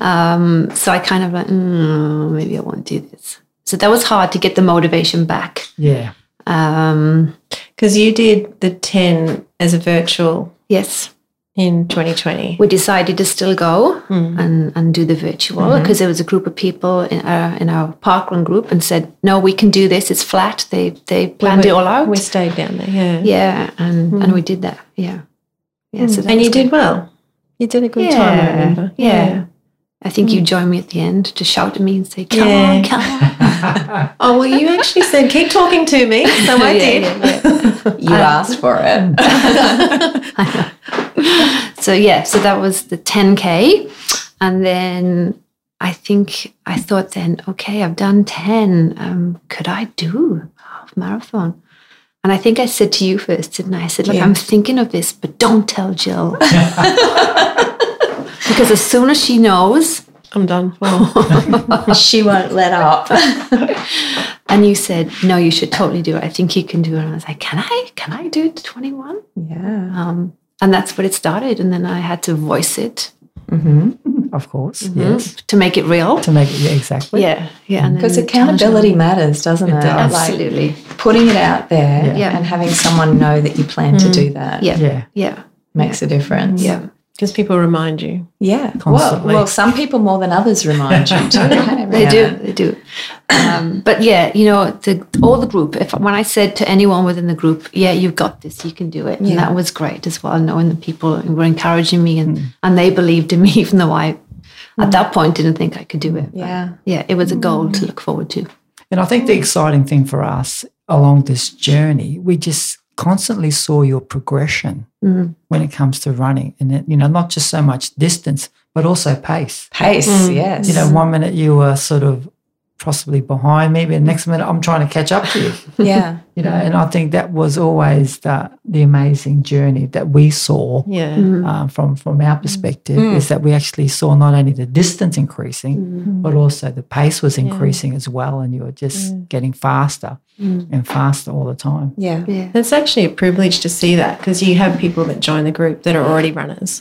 Speaker 3: *laughs* um, so I kind of like, mm, maybe I won't do this. So that was hard to get the motivation back.
Speaker 1: Yeah.
Speaker 3: Um,
Speaker 4: Because you did the ten as a virtual
Speaker 3: yes,
Speaker 4: in 2020.
Speaker 3: we decided to still go
Speaker 4: Mm-hmm.
Speaker 3: and, and do the virtual because there was a group of people in our in our parkrun group and said, no, we can do this. It's flat. They they planned it all out.
Speaker 4: We stayed down there, yeah.
Speaker 3: yeah, and and we did that. Yeah, yeah. So that
Speaker 4: mm-hmm. Mm. And
Speaker 3: was
Speaker 4: you
Speaker 3: good.
Speaker 4: did well. You did a good time, I remember.
Speaker 3: Yeah. I think you joined me at the end to shout at me and say, come
Speaker 4: Yeah.
Speaker 3: on, come on.
Speaker 4: Oh, well, you actually said, keep talking to *laughs* me. So
Speaker 3: *laughs* *laughs* Yeah,
Speaker 4: I did.
Speaker 3: yeah, yeah.
Speaker 2: You asked for it.
Speaker 3: So, yeah, so that was the 10K. And then I think I thought then, okay, I've done 10. Um, could I do half marathon? And I think I said to you first, didn't I? I said, look, I'm thinking of this, but don't tell *laughs* Jill. because as soon as she knows,
Speaker 4: I'm *laughs* done. *laughs* for.
Speaker 2: she won't let up. *laughs*
Speaker 3: and you said, no, you should totally do it. I think you can do it. And I was like, can I? Can I do 21?
Speaker 2: Yeah.
Speaker 3: Um, and that's what it started. And then I had to voice it
Speaker 1: Of course. Yes.
Speaker 3: to make it real.
Speaker 1: To make it yeah, exactly.
Speaker 3: Yeah, yeah. and
Speaker 2: Because
Speaker 3: then
Speaker 2: accountability matters, doesn't it?
Speaker 1: does.
Speaker 2: Like,
Speaker 3: Absolutely.
Speaker 2: putting it out there
Speaker 3: Yeah.
Speaker 2: and having someone know that you plan to do that
Speaker 3: Yeah,
Speaker 1: Yeah.
Speaker 3: yeah,
Speaker 2: makes a difference.
Speaker 3: yeah.
Speaker 4: Because people remind you.
Speaker 2: Yeah. Well,
Speaker 1: Constantly.
Speaker 2: well, some people more than others remind you too. hey,
Speaker 3: They do,
Speaker 2: Rhiannon?
Speaker 3: they do. Um, but yeah, you know, the, all the group. If when I said to anyone within the group, "Yeah, you've got this, you can do it," and
Speaker 1: Hmm.
Speaker 3: that was great as well. Knowing that people were encouraging me and and they believed in me, *laughs* even though I at that point didn't think I could do it. but
Speaker 2: Yeah.
Speaker 3: Yeah, it was a goal
Speaker 1: Hmm.
Speaker 3: to look forward to.
Speaker 1: And I think the exciting thing for us along this journey, we just constantly saw your progression
Speaker 3: Mm.
Speaker 1: when it comes to running. And, it, you know, not just so much distance, but also pace.
Speaker 2: Pace,
Speaker 4: Mm.
Speaker 2: yes.
Speaker 1: You know, one minute you were sort of possibly behind me, but the next minute I'm trying to catch up to you.
Speaker 2: yeah.
Speaker 1: You know, and I think that was always the, the amazing journey that we saw
Speaker 4: Yeah.
Speaker 3: Mm.
Speaker 1: uh, from, from our perspective
Speaker 2: Mm.
Speaker 1: is that we actually saw not only the distance increasing,
Speaker 3: Mm.
Speaker 1: but also the pace was
Speaker 4: Yeah.
Speaker 1: increasing as well and you were just
Speaker 4: Yeah.
Speaker 1: getting faster
Speaker 3: Mm.
Speaker 1: and faster all the time
Speaker 2: Yeah.
Speaker 3: Yeah.
Speaker 4: It's actually a privilege to see that because you have people that join the group that are already runners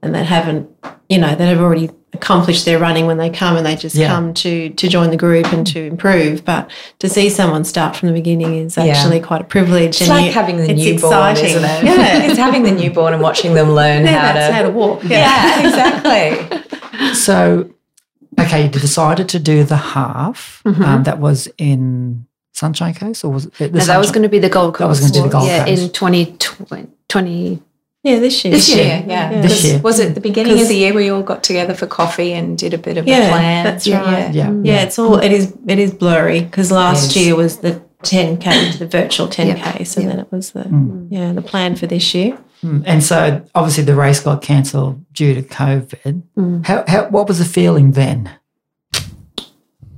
Speaker 4: and that haven't, you know, that have already accomplished their running when they come and they just
Speaker 1: Yeah.
Speaker 4: come to to join the group and to improve. But to see someone start from the beginning is actually quite a privilege.
Speaker 2: It's
Speaker 4: and
Speaker 2: like
Speaker 4: you-
Speaker 2: having the
Speaker 4: it's
Speaker 2: newborn,
Speaker 4: exciting.
Speaker 2: isn't it?
Speaker 4: Yeah. *laughs*
Speaker 2: *laughs* it's having the newborn and watching them learn
Speaker 4: Yeah,
Speaker 2: how
Speaker 4: that's
Speaker 2: to.
Speaker 4: how to walk.
Speaker 2: yeah, exactly.
Speaker 1: so okay you decided to do the half um, that was in sunshine coast or was it the
Speaker 3: Mm-hmm. No, that was
Speaker 1: Sunshine-
Speaker 3: going to be the Gold Coast.
Speaker 1: That was gonna be the Gold
Speaker 3: yeah,
Speaker 1: Coast.
Speaker 3: in 2020. 20,
Speaker 4: Yeah, this year.
Speaker 3: This year.
Speaker 2: Yeah, yeah.
Speaker 4: Yeah.
Speaker 1: This year.
Speaker 2: Was it the beginning of
Speaker 4: 'Cause-
Speaker 2: the year we all got together for coffee and did a bit of a
Speaker 4: Yeah,
Speaker 2: plan?
Speaker 4: that's
Speaker 2: Yeah,
Speaker 4: right.
Speaker 2: yeah.
Speaker 1: yeah
Speaker 4: Yeah, it's all it is it is blurry because
Speaker 1: Yes.
Speaker 4: last year was the 10k the virtual 10k so then it was the
Speaker 1: Mm.
Speaker 4: yeah the plan for this year
Speaker 1: Mm. and so obviously the race got cancelled due to covid
Speaker 3: Mm.
Speaker 1: how, how, what was the feeling then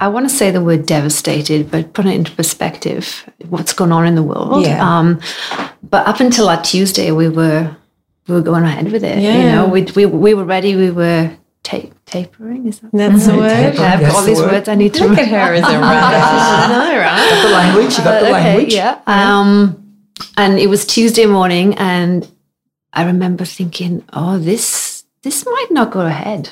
Speaker 3: I want to say the word devastated, but put it into perspective, what's going on in the world.
Speaker 2: Yeah.
Speaker 3: Um, but up until our Tuesday, we were we were going ahead with it. You
Speaker 4: Yeah.
Speaker 3: know, we we, we were ready. We were ta- tapering. Is that?
Speaker 4: that's the
Speaker 1: Mhm.
Speaker 4: word
Speaker 1: Yeah.
Speaker 3: Yeah, I've got
Speaker 1: That's
Speaker 3: all
Speaker 1: the
Speaker 3: these
Speaker 1: word.
Speaker 3: words I need
Speaker 2: *laughs*
Speaker 3: to
Speaker 2: Look at her as a *laughs* runner.
Speaker 4: I know right
Speaker 1: the language you got the
Speaker 3: Uh,
Speaker 1: language
Speaker 3: Yeah. Um, and it was Tuesday morning, and I remember thinking, "Oh, this this might not go ahead."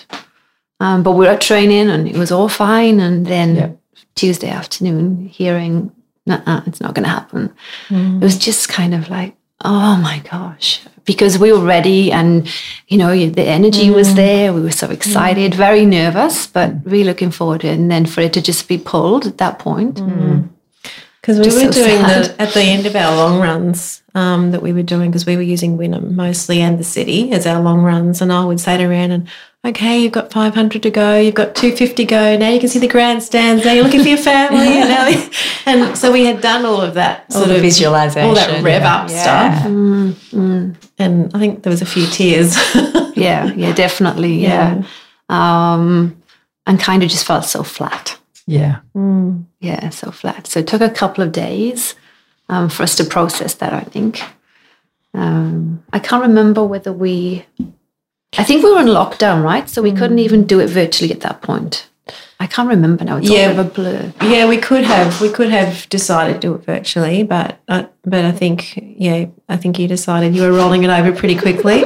Speaker 3: Um, but we were at training, and it was all fine. And then
Speaker 1: Yeah.
Speaker 3: Tuesday afternoon, hearing, "Nah, it's not going to happen."
Speaker 1: Mm.
Speaker 3: It was just kind of like, "Oh my gosh." Because we were ready and, you know, you- the energy
Speaker 1: Mm.
Speaker 3: was there. We were so excited, very nervous, but really looking forward to it. And then for it to just be pulled at that point,
Speaker 1: Mm.
Speaker 4: Because we
Speaker 3: Just
Speaker 4: were
Speaker 3: so
Speaker 4: doing
Speaker 3: sad.
Speaker 4: the at the end of our long runs um, that we were doing because we were using Wynnum mostly and the city as our long runs, and I would say to Rhiannon, "Okay, you've got 500 to go, you've got 250 to go. Now you can see the grandstands. Now you're looking for your family." and, now- *laughs* and so we had done all of that
Speaker 2: All
Speaker 4: sort
Speaker 2: the
Speaker 4: of
Speaker 2: visualization.
Speaker 4: all that rev up
Speaker 2: Yeah.
Speaker 4: stuff, Mm, and I think there was a few tears. *laughs*
Speaker 3: *laughs* yeah yeah definitely yeah, um and kind of just felt so flat
Speaker 1: yeah
Speaker 3: yeah so flat so it took a couple of days um, for us to process that i think um, i can't remember whether we i think we were in lockdown right so we couldn't even do it virtually at that point i can't remember now it's
Speaker 4: Yeah.
Speaker 3: all a bit of a blur
Speaker 4: Yeah, we could have we could have decided to do it virtually, but uh, but I think yeah, I think you decided you were rolling it over pretty *laughs* quickly.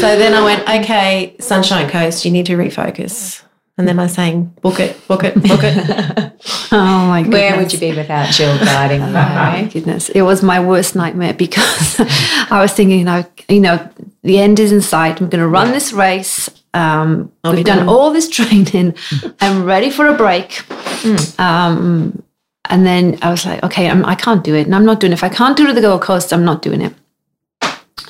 Speaker 4: so then I went, okay, Sunshine Coast, you need to refocus. And then I sang, book it, book it, book *laughs* it.
Speaker 3: *laughs* oh my goodness
Speaker 2: Where would you be without *laughs* Jill guiding you?
Speaker 3: My goodness, it was my worst nightmare because *laughs* I was thinking, I, you know, the end is in sight. I'm going to run this race. Um,
Speaker 4: I'll be
Speaker 3: we've done
Speaker 4: done.
Speaker 3: all this *laughs* training. I'm ready for a break.
Speaker 4: Hmm.
Speaker 3: Um, and then I was like, okay, I'm, I can't do it, and I'm not doing it. If I can't do it at the Gold Coast, I'm not doing it.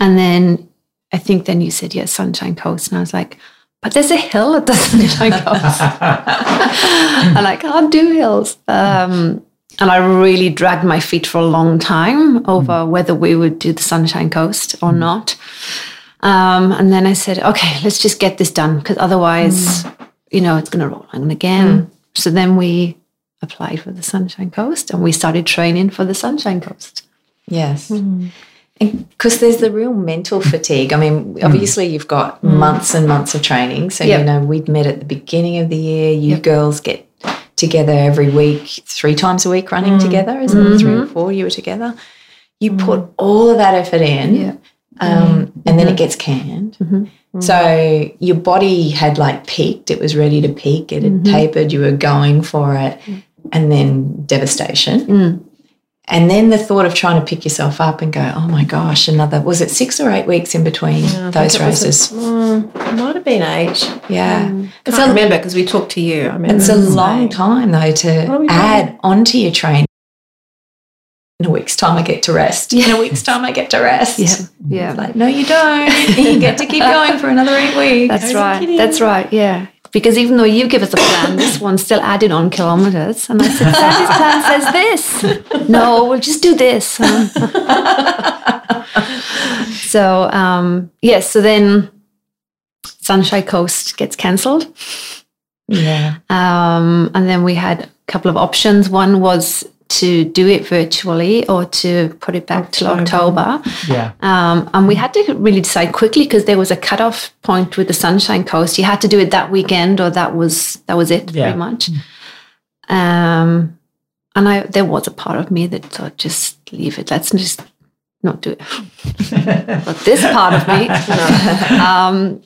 Speaker 3: And then I think then you said, yes, Sunshine Coast, and I was like, but there's a hill at the *laughs* Sunshine
Speaker 4: *laughs*
Speaker 3: Coast, *laughs* and I can't do hills. Um, and I really dragged my feet for a long time over whether we would do the Sunshine Coast or not. Um, and then I said, okay, let's just get this done because otherwise, you know, it's going to roll on again. So then we applied for the Sunshine Coast and we started training for the Sunshine Coast.
Speaker 2: Yes. Because there's the real mental fatigue. I mean, obviously, you've got months and months of training. So, you
Speaker 3: Yep.
Speaker 2: know, we'd met at the beginning of the year. You girls get together every week, three times a week running together, isn't it? Three or four, you were together. You put all of that effort in,
Speaker 3: Yeah.
Speaker 2: um, and then it gets canned.
Speaker 3: Mm-hmm.
Speaker 2: So, your body had like peaked, it was ready to peak, it had tapered, you were going for it, and then devastation. And then the thought of trying to pick yourself up and go, oh my gosh, another, was it six or eight weeks in between those races?
Speaker 4: Mm, it might have been age.
Speaker 2: yeah.
Speaker 4: I
Speaker 2: It's
Speaker 4: can't
Speaker 2: a,
Speaker 4: remember because we talked to you. I remember.
Speaker 2: it's a long time though
Speaker 4: What are
Speaker 2: to
Speaker 4: we doing?
Speaker 2: add onto your training. In a week's time, I get to rest. In a week's time, I get to rest.
Speaker 3: Yeah. Yeah.
Speaker 2: Like, no, you don't. you get to keep going for another eight weeks.
Speaker 3: That's right. That's right. Yeah. because even though you give us a plan, this one still added on kilometers. And I said, Sandy's plan says this. No, we'll just do this. *laughs* so, um, yes, so then Sunshine Coast gets cancelled.
Speaker 2: Yeah.
Speaker 3: Um, and then we had a couple of options. One was to do it virtually or to put it back till
Speaker 4: October.
Speaker 3: October.
Speaker 1: Yeah.
Speaker 3: Um, and we had to really decide quickly because there was a cutoff point with the Sunshine Coast. You had to do it that weekend, or that was that was it,
Speaker 1: Yeah. Mm.
Speaker 3: pretty much. Um, and I, there was a part of me that thought, just leave it. Let's just not
Speaker 1: *laughs*
Speaker 3: do it. but this part of me, um,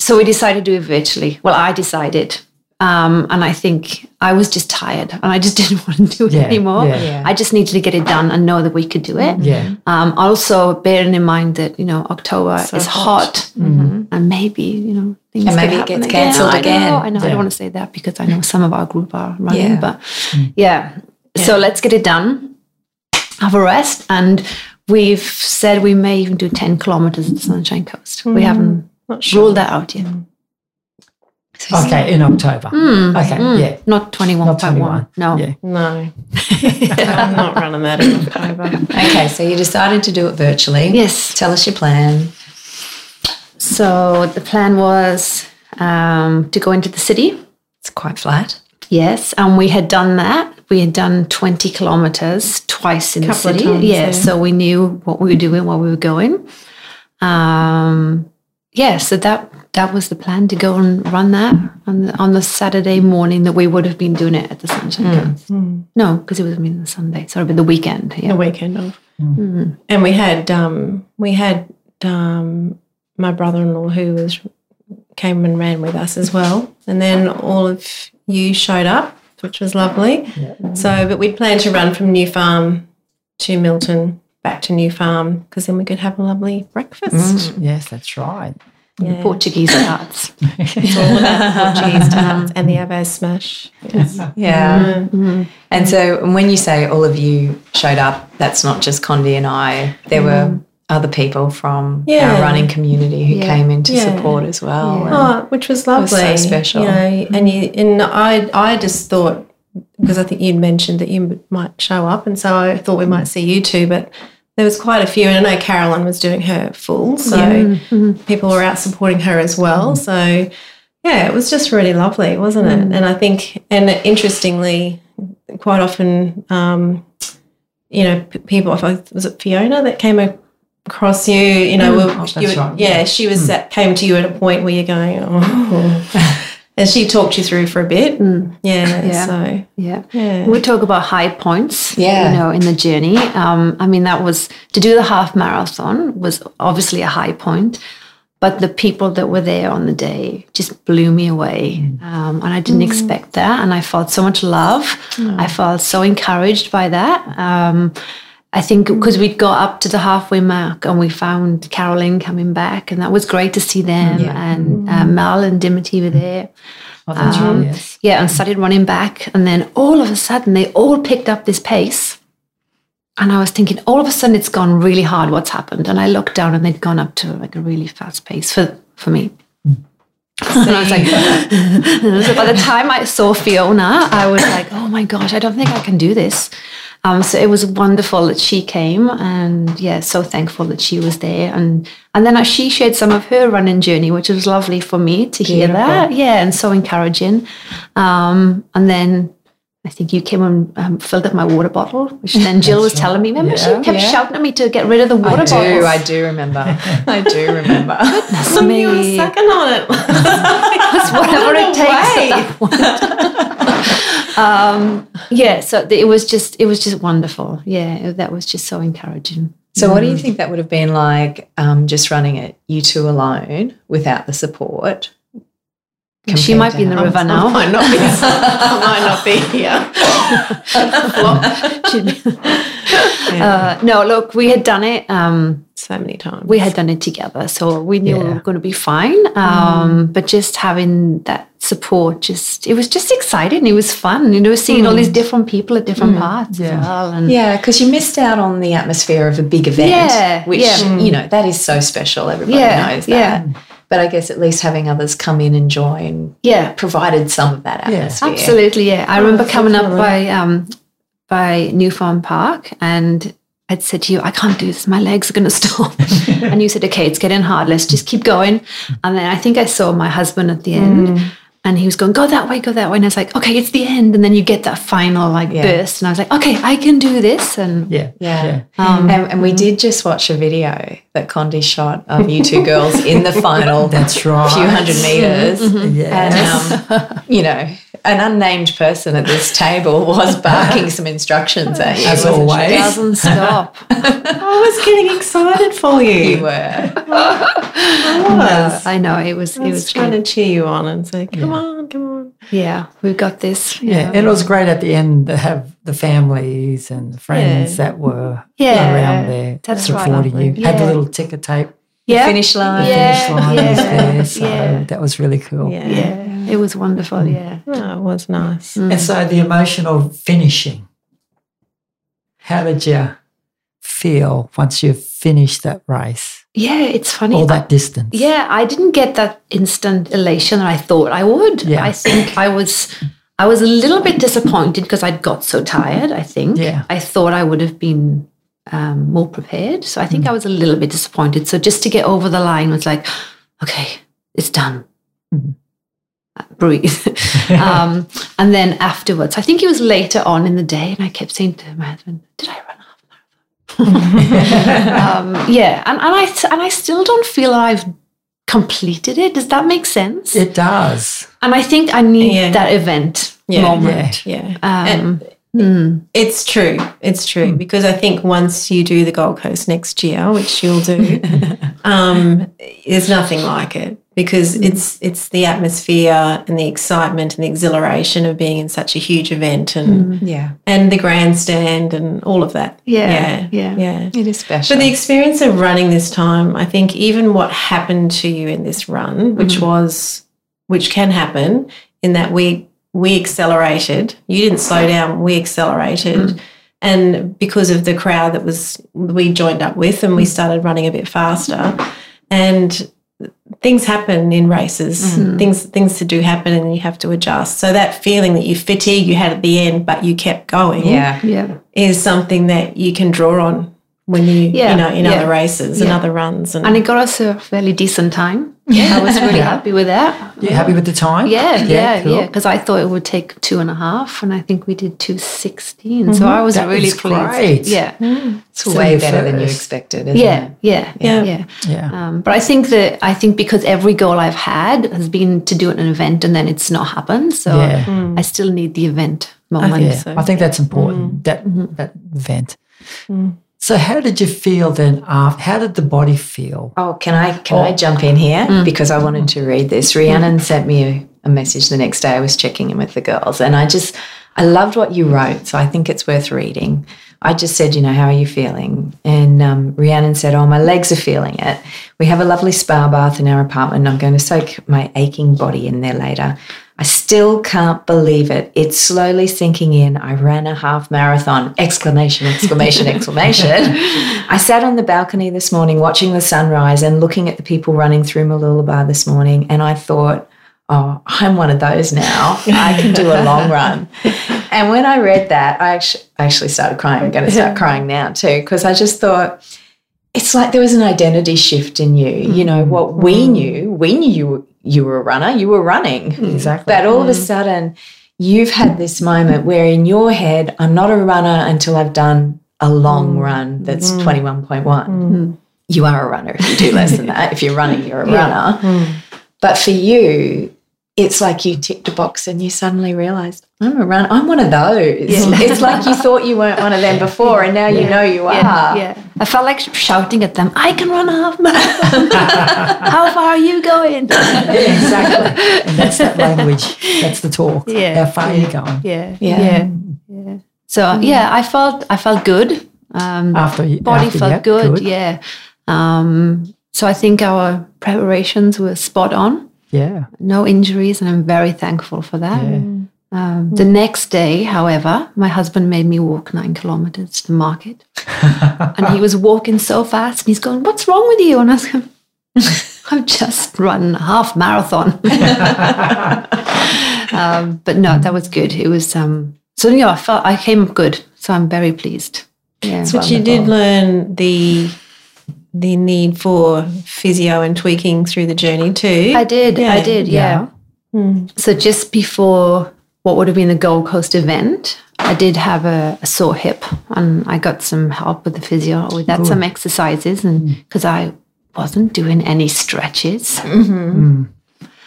Speaker 3: so we decided to do it virtually. Well, I decided, um, and I think I was just tired, and I just *laughs* didn't want to do it
Speaker 1: Yeah,
Speaker 3: anymore.
Speaker 1: yeah.
Speaker 2: Yeah.
Speaker 3: I just needed to get it done and know that we could do it.
Speaker 1: Yeah.
Speaker 3: Um, also, bearing in mind that you know October
Speaker 4: So
Speaker 3: is
Speaker 4: hot.
Speaker 3: hot,
Speaker 1: Mhm.
Speaker 3: and maybe you know things
Speaker 2: And
Speaker 3: could
Speaker 2: maybe it
Speaker 3: happen
Speaker 2: gets cancelled
Speaker 3: I don't know,
Speaker 2: again.
Speaker 3: I know I
Speaker 1: Yeah.
Speaker 3: don't want to say that because I know some of our group are running,
Speaker 2: Yeah.
Speaker 3: but
Speaker 1: Mm.
Speaker 3: yeah. So let's get it done. Have a rest, and we've said we may even do ten kilometers of the Sunshine Coast. We
Speaker 2: Mm-hmm.
Speaker 3: haven't
Speaker 4: Not
Speaker 3: ruled that out yet.
Speaker 1: Mm.
Speaker 3: So it's-
Speaker 1: Okay, in October. okay,
Speaker 3: Mm,
Speaker 1: yeah.
Speaker 3: not twenty-one point
Speaker 1: 21.
Speaker 3: one. No.
Speaker 1: Yeah.
Speaker 4: *laughs* No, I'm not running that in October.
Speaker 2: Okay, so you decided to do it virtually.
Speaker 3: Yes.
Speaker 2: Tell us your plan.
Speaker 3: So the plan was um, to go into the city.
Speaker 2: It's quite flat.
Speaker 3: Yes, and we had done that. We had done 20 kilometers twice in the
Speaker 4: Couple of
Speaker 3: city.
Speaker 4: times,
Speaker 3: yeah,
Speaker 4: yeah.
Speaker 3: so we knew what we were doing, where we were going. Um, yeah, so that that was the plan to go and run that on the, on the Saturday morning that we would have been doing it at the Sunshine
Speaker 4: Hmm.
Speaker 3: Coast. No, because it was I mean, the Sunday. Sorry, but the weekend.
Speaker 4: The
Speaker 3: Yeah.
Speaker 4: weekend of,
Speaker 3: Mm.
Speaker 4: and we had um, we had um, my brother-in-law who was came and ran with us as well, and then all of you showed up, which was lovely. So, but we'd planned to run from New Farm to Milton back to New Farm because then we could have a lovely
Speaker 1: Mm.
Speaker 4: breakfast.
Speaker 3: Hmm.
Speaker 1: Yes, that's right.
Speaker 4: Yeah.
Speaker 3: Portuguese *coughs* arts.
Speaker 4: It's all about the Portuguese tarts Oh, and the Avaz smash. Yes.
Speaker 2: Yeah.
Speaker 4: Mm-hmm.
Speaker 2: And so and when you say all of you showed up, that's not just Condi and I. There were other people from
Speaker 4: Yeah.
Speaker 2: our running community who
Speaker 3: Yeah.
Speaker 2: came in to
Speaker 4: Yeah.
Speaker 2: support as well.
Speaker 3: Yeah.
Speaker 2: And-
Speaker 4: Oh, which was
Speaker 2: was so
Speaker 4: lovely.
Speaker 2: special.
Speaker 4: You know, and you and I I just thought because I think you'd mentioned that you might show up and so I thought we might see you too, but there was quite a few and I know Carolyn was doing her full, so people were out supporting her as well. So yeah, it was just really lovely, wasn't it? And I think and interestingly, quite often um, you know, p- people I was it Fiona that came across you, you know, we-
Speaker 1: Oh, that's
Speaker 4: you,
Speaker 1: right,
Speaker 4: yeah, she was that came to you at a point where you're going, oh, and she talked you through for a bit. Yeah,
Speaker 3: Yeah.
Speaker 4: so
Speaker 3: Yeah.
Speaker 4: yeah,
Speaker 3: We talk about high points,
Speaker 2: Yeah.
Speaker 3: you know, in the journey. Um, I mean, that was to do the half marathon was obviously a high point, but the people that were there on the day just blew me away, um, and I didn't expect that. And I felt so much love. I felt so encouraged by that. Um, I think because we'd got up to the halfway mark and we found Caroline coming back, and that was great to see them. And uh, Mel and Dimity were there.
Speaker 1: Oh, that's
Speaker 3: Um,
Speaker 1: right. Yes.
Speaker 3: Yeah, and started running back. And then all of a sudden, they all picked up this pace. And I was thinking, all of a sudden, it's gone really hard. What's happened? And I looked down and they'd gone up to like a really fast pace for, for me. and I was like,
Speaker 2: *laughs*
Speaker 3: so by the time I saw Fiona, I was like, oh my gosh, I don't think I can do this. Um, so it was wonderful that she came, and yeah, so thankful that she was there. And and then she shared some of her running journey, which was lovely for me to hear that. Yeah, and so encouraging. Um, and then I think you came and um, filled up my water bottle, which
Speaker 2: *laughs*
Speaker 3: then Jill was telling me. Remember,
Speaker 1: Yeah.
Speaker 3: she kept
Speaker 2: Yeah.
Speaker 3: shouting at me to get rid of the water
Speaker 2: I
Speaker 3: bottle.
Speaker 2: do, I do remember. I do remember.
Speaker 3: That's
Speaker 4: you were
Speaker 3: me.
Speaker 4: sucking on it. *laughs*
Speaker 3: That's whatever
Speaker 2: *laughs*
Speaker 3: it takes. at
Speaker 4: way.
Speaker 3: that Um, yeah so th- it was just it was just wonderful yeah that was just so encouraging
Speaker 2: So, what do you think that would have been like um, just running it, you two alone, without the support?
Speaker 3: she
Speaker 2: compared
Speaker 3: might
Speaker 2: to
Speaker 3: be in the
Speaker 2: how-
Speaker 3: river
Speaker 4: I
Speaker 3: now
Speaker 4: might
Speaker 3: *laughs*
Speaker 4: not be.
Speaker 2: *laughs*
Speaker 4: I might not be here.
Speaker 3: She'd be- uh, no look we had done it um,
Speaker 4: So many times.
Speaker 3: we had done it together so we knew we
Speaker 1: Yeah.
Speaker 3: were going to be fine um, but just having that support just it was just exciting it was fun you know seeing all these different people at different parts
Speaker 1: Yeah.
Speaker 3: as well and
Speaker 2: Yeah, because you missed out on the atmosphere of a big event,
Speaker 3: Yeah,
Speaker 2: which,
Speaker 3: yeah.
Speaker 2: you know, that is so special. Everybody
Speaker 3: Yeah,
Speaker 2: knows that.
Speaker 3: yeah.
Speaker 2: But But I guess at least having others come in and join
Speaker 3: Yeah,
Speaker 2: provided some of that
Speaker 1: Yeah.
Speaker 2: atmosphere.
Speaker 3: absolutely. Yeah, I
Speaker 4: Oh,
Speaker 3: remember coming up
Speaker 4: definitely.
Speaker 3: by um, by New Farm Park, and I'd said to you, "I can't do this. My legs are going to stop." and you said, "Okay, it's getting hard. Let's just keep going." And then I think I saw my husband at the end, and he was going, "Go that way, go that way." And I was like, "Okay, it's the end." And then you get that final like
Speaker 2: Yeah.
Speaker 3: burst, and I was like, "Okay, I can do this." And
Speaker 1: Yeah.
Speaker 2: Yeah.
Speaker 1: Yeah.
Speaker 3: um,
Speaker 2: And, and we did just watch a video that Condi shot of you two girls in the final
Speaker 1: *laughs* That's right.
Speaker 2: few hundred meters.
Speaker 3: Mm-hmm. Hmm.
Speaker 1: Yeah. *laughs*
Speaker 2: And, um, you know, an unnamed person at this table was barking some instructions at you.
Speaker 1: As
Speaker 2: wasn't
Speaker 1: always.
Speaker 2: she?
Speaker 3: doesn't stop.
Speaker 4: I was getting excited for
Speaker 2: You
Speaker 4: you.
Speaker 2: were.
Speaker 4: I
Speaker 3: No,
Speaker 4: was.
Speaker 3: I know it was.
Speaker 4: I
Speaker 3: it
Speaker 4: was
Speaker 3: was
Speaker 4: trying
Speaker 3: good.
Speaker 4: to cheer you on and say, come
Speaker 1: Yeah.
Speaker 4: on, come on.
Speaker 3: Yeah, we've got this. you
Speaker 1: Yeah,
Speaker 3: know.
Speaker 1: and it was great at the end to have the families and the friends
Speaker 4: Yeah.
Speaker 1: that were
Speaker 3: Yeah,
Speaker 1: around there
Speaker 3: that's right.
Speaker 1: supporting you. Had the
Speaker 3: Yeah.
Speaker 1: little ticker tape,
Speaker 3: yeah,
Speaker 2: Finish line.
Speaker 3: Yeah,
Speaker 1: finish line was
Speaker 3: yeah,
Speaker 1: there, so
Speaker 3: yeah.
Speaker 1: that was really cool.
Speaker 4: Yeah.
Speaker 3: yeah, it was wonderful. Yeah.
Speaker 4: No, it was nice.
Speaker 1: And so the emotion of finishing. How did you feel once you finished that race,
Speaker 3: Yeah, it's funny.
Speaker 1: all that distance?
Speaker 3: Yeah, I didn't get that instant elation that I thought I would.
Speaker 1: Yeah.
Speaker 3: I think I was I was a little bit disappointed because I'd got so tired, I think.
Speaker 1: Yeah.
Speaker 3: I thought I would have been um, more prepared. So I
Speaker 1: Mm.
Speaker 3: think I was a little bit disappointed. So just to get over the line was like, okay, it's done.
Speaker 1: Mhm.
Speaker 3: Uh,
Speaker 1: *laughs*
Speaker 3: Breathe. um, and then afterwards, I think it was later on in the day, and I kept saying to my husband, "Did I run
Speaker 1: *laughs*
Speaker 3: um, yeah, and, and I and I still don't feel I've completed it. Does that make sense?
Speaker 1: It does.
Speaker 3: and I think I need
Speaker 4: Yeah.
Speaker 3: that event
Speaker 4: Yeah.
Speaker 3: moment.
Speaker 4: Yeah.
Speaker 3: Um, mm,
Speaker 4: It's true. It's true because I think once you do the Gold Coast next year, which you'll do, um, there's nothing like it because it's it's the atmosphere and the excitement and the exhilaration of being in such a huge event and
Speaker 2: Yeah.
Speaker 4: and the grandstand and all of that.
Speaker 3: yeah, yeah,
Speaker 4: Yeah. yeah.
Speaker 2: It is special.
Speaker 4: But the experience of running this time, I think even what happened to you in this run, which was which can happen, in that we we accelerated. You didn't slow down, we accelerated. And because of the crowd that was we joined up with and we started running a bit faster. And things happen in races. Things things to do happen and you have to adjust. So that feeling that you fatigue you had at the end but you kept going
Speaker 2: yeah.
Speaker 3: yeah,
Speaker 4: is something that you can draw on when you
Speaker 3: Yeah,
Speaker 4: you know in
Speaker 3: yeah,
Speaker 4: other races and
Speaker 3: yeah.
Speaker 4: other runs and,
Speaker 3: And it got us a fairly decent time. Yeah, I was
Speaker 1: *laughs*
Speaker 3: really
Speaker 1: Yeah.
Speaker 3: happy with that.
Speaker 1: You happy with the time?
Speaker 3: Yeah, yeah,
Speaker 1: cool.
Speaker 3: yeah. Because I thought it would take two and a half, and I think we did two So I was
Speaker 1: Mm-hmm. That
Speaker 3: really
Speaker 1: is
Speaker 3: pleased.
Speaker 1: great.
Speaker 3: Yeah,
Speaker 2: It's way
Speaker 1: you
Speaker 2: better than you
Speaker 1: first.
Speaker 2: expected, isn't
Speaker 3: yeah,
Speaker 2: it?
Speaker 3: yeah, yeah,
Speaker 4: Yeah.
Speaker 3: yeah.
Speaker 1: Yeah.
Speaker 3: Um, but I think that I think because every goal I've had has been to do an event and then it's not happened, so
Speaker 1: Yeah.
Speaker 3: I still need the event moment.
Speaker 1: Yeah,
Speaker 4: so.
Speaker 1: I think that's important. That that event. So, how did you feel then? After, how did the body feel?
Speaker 2: Oh, can I can I jump in here because I wanted to read this. Rhiannon sent me a, a message the next day. I was checking in with the girls, and I just I loved what you wrote, so I think it's worth reading. I just said, you know, how are you feeling? And um, Rhiannon said, oh, my legs are feeling it. We have a lovely spa bath in our apartment. And I'm going to soak my aching body in there later. I still can't believe it. It's slowly sinking in. I ran a half marathon. Exclamation, exclamation, exclamation. I sat on the balcony this morning watching the sunrise and looking at the people running through Malulabar this morning. And I thought, oh, I'm one of those now. I can do a long run. And when I read that, I actually, I actually started crying. I'm going to start crying now too, because I just thought, it's like there was an identity shift in you. You know, what we knew, we knew you, were- you were a runner, you were running.
Speaker 1: Exactly.
Speaker 2: But all of
Speaker 3: Mm.
Speaker 2: a sudden, you've had this moment where in your head, I'm not a runner until I've done a
Speaker 3: Mm.
Speaker 2: long run that's 21.1. You are a runner if you do less than that. If you're running, you're a runner.
Speaker 3: Mm.
Speaker 2: But for you, it's like you ticked a box and you suddenly realized, I'm a runner. I'm one of those. *laughs* It's like you thought you weren't one of them before and now you know you are.
Speaker 3: Yeah, yeah. I felt like shouting at them, I can run a half marathon. How far are you going?
Speaker 1: exactly. *laughs* And that's that language. That's the talk.
Speaker 3: Yeah.
Speaker 1: How far are you going?
Speaker 3: Yeah,
Speaker 2: Yeah.
Speaker 3: yeah, yeah. So yeah, I felt I felt good. Um,
Speaker 1: After you
Speaker 3: body
Speaker 1: after,
Speaker 3: felt
Speaker 1: Ah, yeah,
Speaker 3: good, Yeah. Um, so I think our preparations were spot on.
Speaker 1: Yeah.
Speaker 3: No injuries, and I'm very thankful for that.
Speaker 1: Yeah.
Speaker 3: Um, The next day, however, my husband made me walk nine kilometers to the market. and he was walking so fast and he's going, *laughs* What's wrong with you? And I was going, I've just run a half marathon. um, but no, that was good. It was um, so you know I felt I came up good, so I'm very pleased. Yeah,
Speaker 4: But you did learn the the need for physio and tweaking through the journey too.
Speaker 3: I did. I
Speaker 4: Yeah. Hmm.
Speaker 3: did. Yeah. So just before what would have been the Gold Coast event, I did have a, a sore hip, and I got some help with the physio with that, some exercises,
Speaker 4: Hmm.
Speaker 3: and because I wasn't doing any
Speaker 4: *laughs*
Speaker 3: stretches.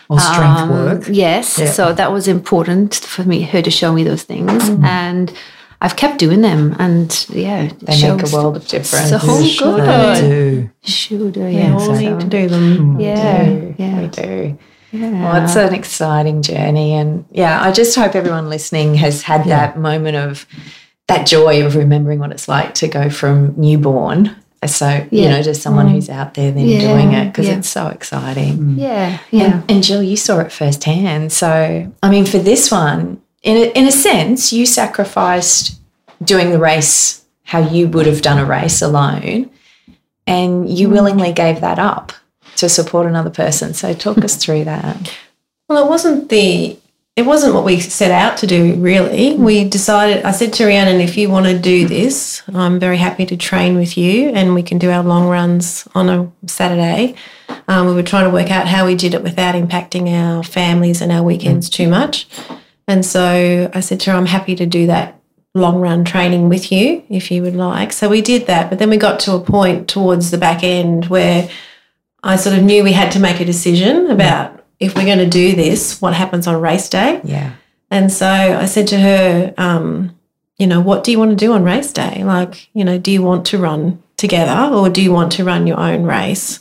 Speaker 1: Or strength
Speaker 3: Um,
Speaker 1: work.
Speaker 3: Yes. So that was important for me, her to show me those things.
Speaker 4: Hmm.
Speaker 3: And I've kept doing them. And yeah, it
Speaker 2: They make
Speaker 3: shows-
Speaker 2: a world of difference.
Speaker 3: So oh,
Speaker 1: Yes,
Speaker 3: good.
Speaker 1: they do.
Speaker 3: Should, uh,
Speaker 4: We
Speaker 3: yeah.
Speaker 4: all
Speaker 3: so- Hmm.
Speaker 4: need to do them.
Speaker 3: Yeah.
Speaker 2: We
Speaker 3: Yeah.
Speaker 2: do.
Speaker 3: yeah.
Speaker 2: Well, it's an exciting journey. And yeah, I just hope everyone listening has had that moment of that joy of remembering what it's like to go from newborn. So, you
Speaker 3: Yeah. Mm.
Speaker 2: know, to someone who's out there then
Speaker 3: Yeah,
Speaker 2: doing it because
Speaker 3: yeah.
Speaker 2: it's so exciting.
Speaker 3: yeah. Yeah.
Speaker 2: And Jill, you saw it firsthand. So, I mean, for this one, in a, in a sense, you sacrificed doing the race how you would have done a race alone, and you willingly gave that up to support another person. So, talk us through that.
Speaker 4: Well, it wasn't the it wasn't what we set out to do really. We decided I said to Rhiannon, if you want to do this, I'm very happy to train with you and we can do our long runs on a Saturday. Um, we were trying to work out how we did it without impacting our families and our weekends too much. And so I said to her, I'm happy to do that long run training with you if you would like. So we did that. But then we got to a point towards the back end where I sort of knew we had to make a decision about if we're going to do this, what happens on race day.
Speaker 2: Yeah.
Speaker 4: And so I said to her, um, you know, what do you want to do on race day? Like, you know, do you want to run together or do you want to run your own race?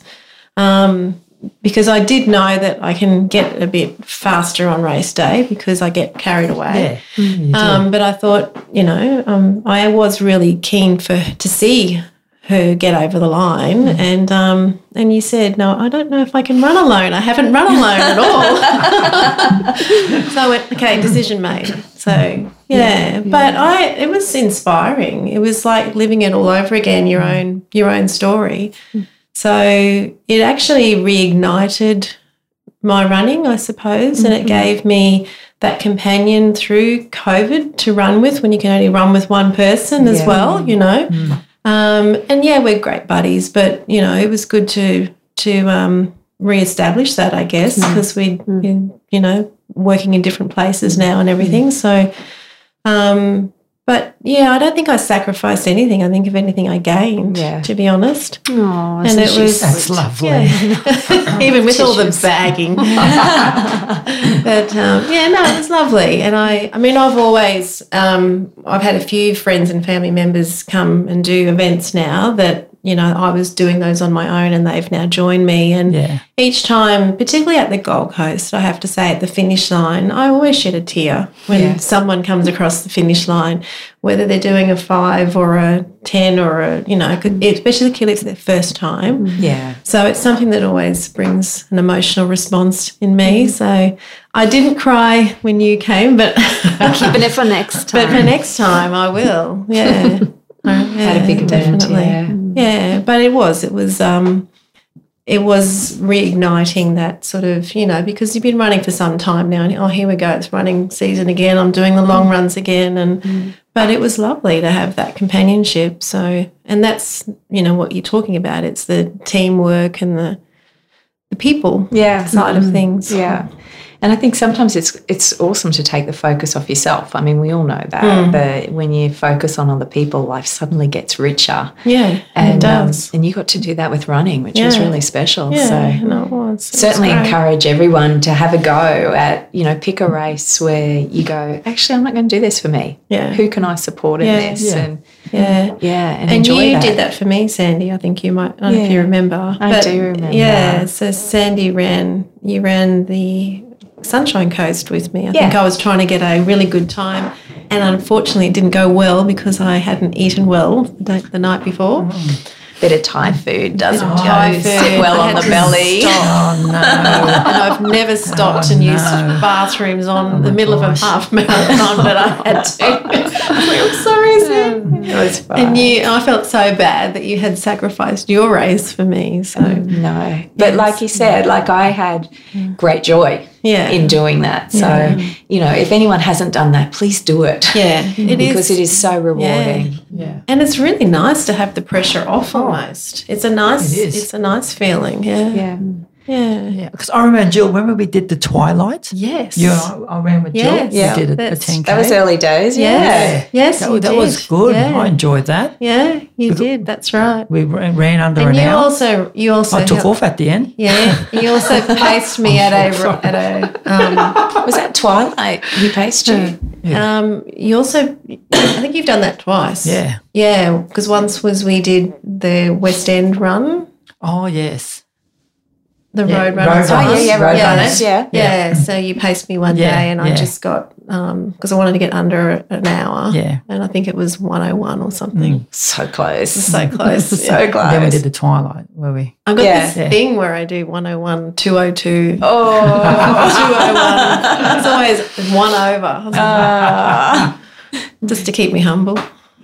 Speaker 4: Um, because I did know that I can get a bit faster on race day because I get carried away.
Speaker 1: Yeah. you do.
Speaker 4: Um, but I thought, you know, um, I was really keen for to see her get over the line, and um, and you said, no, I don't know if I can run alone. I haven't run alone at all. *laughs* so I went, okay, decision made. So yeah, but I it was inspiring. It was like living it all over again, your own your own story. So it actually reignited my running, I suppose, and it
Speaker 2: Mm-hmm.
Speaker 4: gave me that companion through COVID to run with when you can only run with one person as
Speaker 2: Yeah. Mm.
Speaker 4: well, you know. Um, and yeah, we're great buddies, but you know, it was good to to um, reestablish that, I guess,
Speaker 2: Mm.
Speaker 4: because we, you know, working in different places
Speaker 2: Mm.
Speaker 4: now and everything. So, um, but yeah, I don't think I sacrificed anything. I think if anything, I gained.
Speaker 2: Yeah.
Speaker 4: to be honest.
Speaker 3: Oh,
Speaker 4: And
Speaker 3: so
Speaker 4: it
Speaker 3: she
Speaker 4: was-
Speaker 1: That's lovely. *laughs*
Speaker 4: Yeah. Even with all the bagging. but um, yeah, no, it was lovely. And I, I mean, I've always, um, I've had a few friends and family members come and do events now that, you know, I was doing those on my own and they've now joined me. And
Speaker 1: Yeah.
Speaker 4: each time, particularly at the Gold Coast, I have to say at the finish line, I always shed a tear when someone comes across the finish line, whether they're doing a five or a 10 or a, you know, 'cause- especially because it's their first time.
Speaker 1: Mm.
Speaker 2: Yeah.
Speaker 4: So it's something that always brings an emotional response in me. So I didn't cry when you came, but *laughs*
Speaker 3: keeping it for next
Speaker 4: but for
Speaker 3: time.
Speaker 4: next time
Speaker 2: *laughs*
Speaker 4: I will. Yeah.
Speaker 2: Had a big event. Yeah.
Speaker 4: Yeah, but it was. It was. Um, it was reigniting that sort of you know because you've been running for some time now, and oh here we go, it's running season again. I'm doing the long runs again, and
Speaker 2: Mm.
Speaker 4: but it was lovely to have that companionship. So and that's you know what you're talking about. It's the teamwork and the the people
Speaker 2: *laughs* Yeah.
Speaker 4: side of things.
Speaker 2: Mm. Yeah. And I think sometimes it's it's awesome to take the focus off yourself. I mean, we all know that. But when you focus on other people, life suddenly gets richer.
Speaker 4: yeah,
Speaker 2: And
Speaker 4: it
Speaker 2: um,
Speaker 4: does.
Speaker 2: and you got to do that with running, which was
Speaker 4: Yeah.
Speaker 2: really special.
Speaker 4: yeah,
Speaker 2: So
Speaker 4: and it was. It was
Speaker 2: certainly
Speaker 4: great.
Speaker 2: encourage everyone to have a go at you know pick a race where you go. Actually, I'm not going to do this for me.
Speaker 4: Yeah.
Speaker 2: Who can I support in
Speaker 4: Yeah.
Speaker 2: this?
Speaker 1: Yeah.
Speaker 2: And
Speaker 4: Yeah.
Speaker 2: yeah, and,
Speaker 4: And
Speaker 2: enjoy
Speaker 4: you
Speaker 2: that.
Speaker 4: did that for me, Sandy. I think you might, I don't know if you
Speaker 2: Yeah.
Speaker 4: remember.
Speaker 2: I do remember.
Speaker 4: Yeah. So Sandy ran, you ran the Sunshine Coast with me. I think
Speaker 2: Yeah.
Speaker 4: I was trying to get a really good time.
Speaker 2: Oh.
Speaker 4: And unfortunately, it didn't go well because I hadn't eaten well the, day- the night before.
Speaker 2: bit of Thai food doesn't
Speaker 4: of Thai
Speaker 2: Joe,
Speaker 4: food.
Speaker 2: sit well
Speaker 4: I
Speaker 2: on
Speaker 4: had
Speaker 2: the
Speaker 4: to
Speaker 2: belly. *laughs*
Speaker 1: Oh
Speaker 4: *laughs*
Speaker 1: no.
Speaker 4: and I've never stopped
Speaker 1: Oh,
Speaker 4: and used
Speaker 1: no.
Speaker 4: bathrooms on
Speaker 1: Oh,
Speaker 4: the
Speaker 1: my
Speaker 4: middle
Speaker 1: gosh.
Speaker 4: of a half marathon, but I had to.
Speaker 2: *laughs*
Speaker 4: I'm sorry, Sam.
Speaker 2: It was fun.
Speaker 4: And you, I felt so bad that you had sacrificed your race for me.
Speaker 2: Mm.
Speaker 4: So
Speaker 2: No, but
Speaker 4: Yes. Mm.
Speaker 2: like you said, like I had great joy
Speaker 4: yeah,
Speaker 2: in doing that. So
Speaker 4: Yeah.
Speaker 2: you know, if anyone hasn't done that, please do it
Speaker 4: yeah, it is.
Speaker 2: because it is so rewarding.
Speaker 1: Yeah.
Speaker 4: and it's really nice to have the pressure off. Almost, it's a nice,
Speaker 1: Oh. It is.
Speaker 4: it's a nice feeling. Yeah, yeah,
Speaker 2: Yeah,
Speaker 4: yeah.
Speaker 1: Yeah. Because I remember Jill, remember we did the Twilight?
Speaker 4: yes,
Speaker 1: You and I, I ran with Jill.
Speaker 4: Yes.
Speaker 1: We
Speaker 2: Yeah.
Speaker 1: did a, a
Speaker 4: That's-
Speaker 1: 10K.
Speaker 2: that was early days. Yeah,
Speaker 4: yes, yes.
Speaker 1: That,
Speaker 4: you
Speaker 1: was- that was
Speaker 4: did.
Speaker 1: good.
Speaker 4: Yeah.
Speaker 1: I enjoyed that.
Speaker 4: Yeah, you did. That's right.
Speaker 1: We ran, ran under
Speaker 4: And
Speaker 1: an
Speaker 4: you
Speaker 1: hour.
Speaker 4: also, you also
Speaker 1: I took
Speaker 4: helped-
Speaker 1: off at the end.
Speaker 4: Yeah,
Speaker 1: *laughs*
Speaker 4: you also paced me at a at a. Um,
Speaker 2: was that Twilight? You paced you.
Speaker 4: um, you also, I think you've done that twice.
Speaker 1: Yeah.
Speaker 4: yeah, because once was we did the West End run,
Speaker 1: Oh yes.
Speaker 4: the
Speaker 1: Yeah,
Speaker 4: road
Speaker 1: road
Speaker 4: run.
Speaker 1: runners. Oh, yeah, yeah, road
Speaker 4: yeah,
Speaker 1: runners.
Speaker 2: Yeah.
Speaker 4: yeah. So you paced me one
Speaker 1: Yeah,
Speaker 4: day, and
Speaker 1: yeah.
Speaker 4: I just got because I wanted to get under an hour.
Speaker 1: Yeah. Mm.
Speaker 4: and I think it was one oh one or something.
Speaker 2: So *laughs* close.
Speaker 4: So close,
Speaker 2: So
Speaker 4: yeah.
Speaker 1: Then we
Speaker 2: close.
Speaker 1: did the Twilight, were we?
Speaker 4: I've got
Speaker 2: Yeah.
Speaker 4: this
Speaker 1: Yeah.
Speaker 4: thing where I do 101, 202,
Speaker 2: *laughs*
Speaker 4: *laughs*
Speaker 2: Oh.
Speaker 4: 201. It's always one over.
Speaker 2: Ah.
Speaker 4: *laughs* just to keep me humble.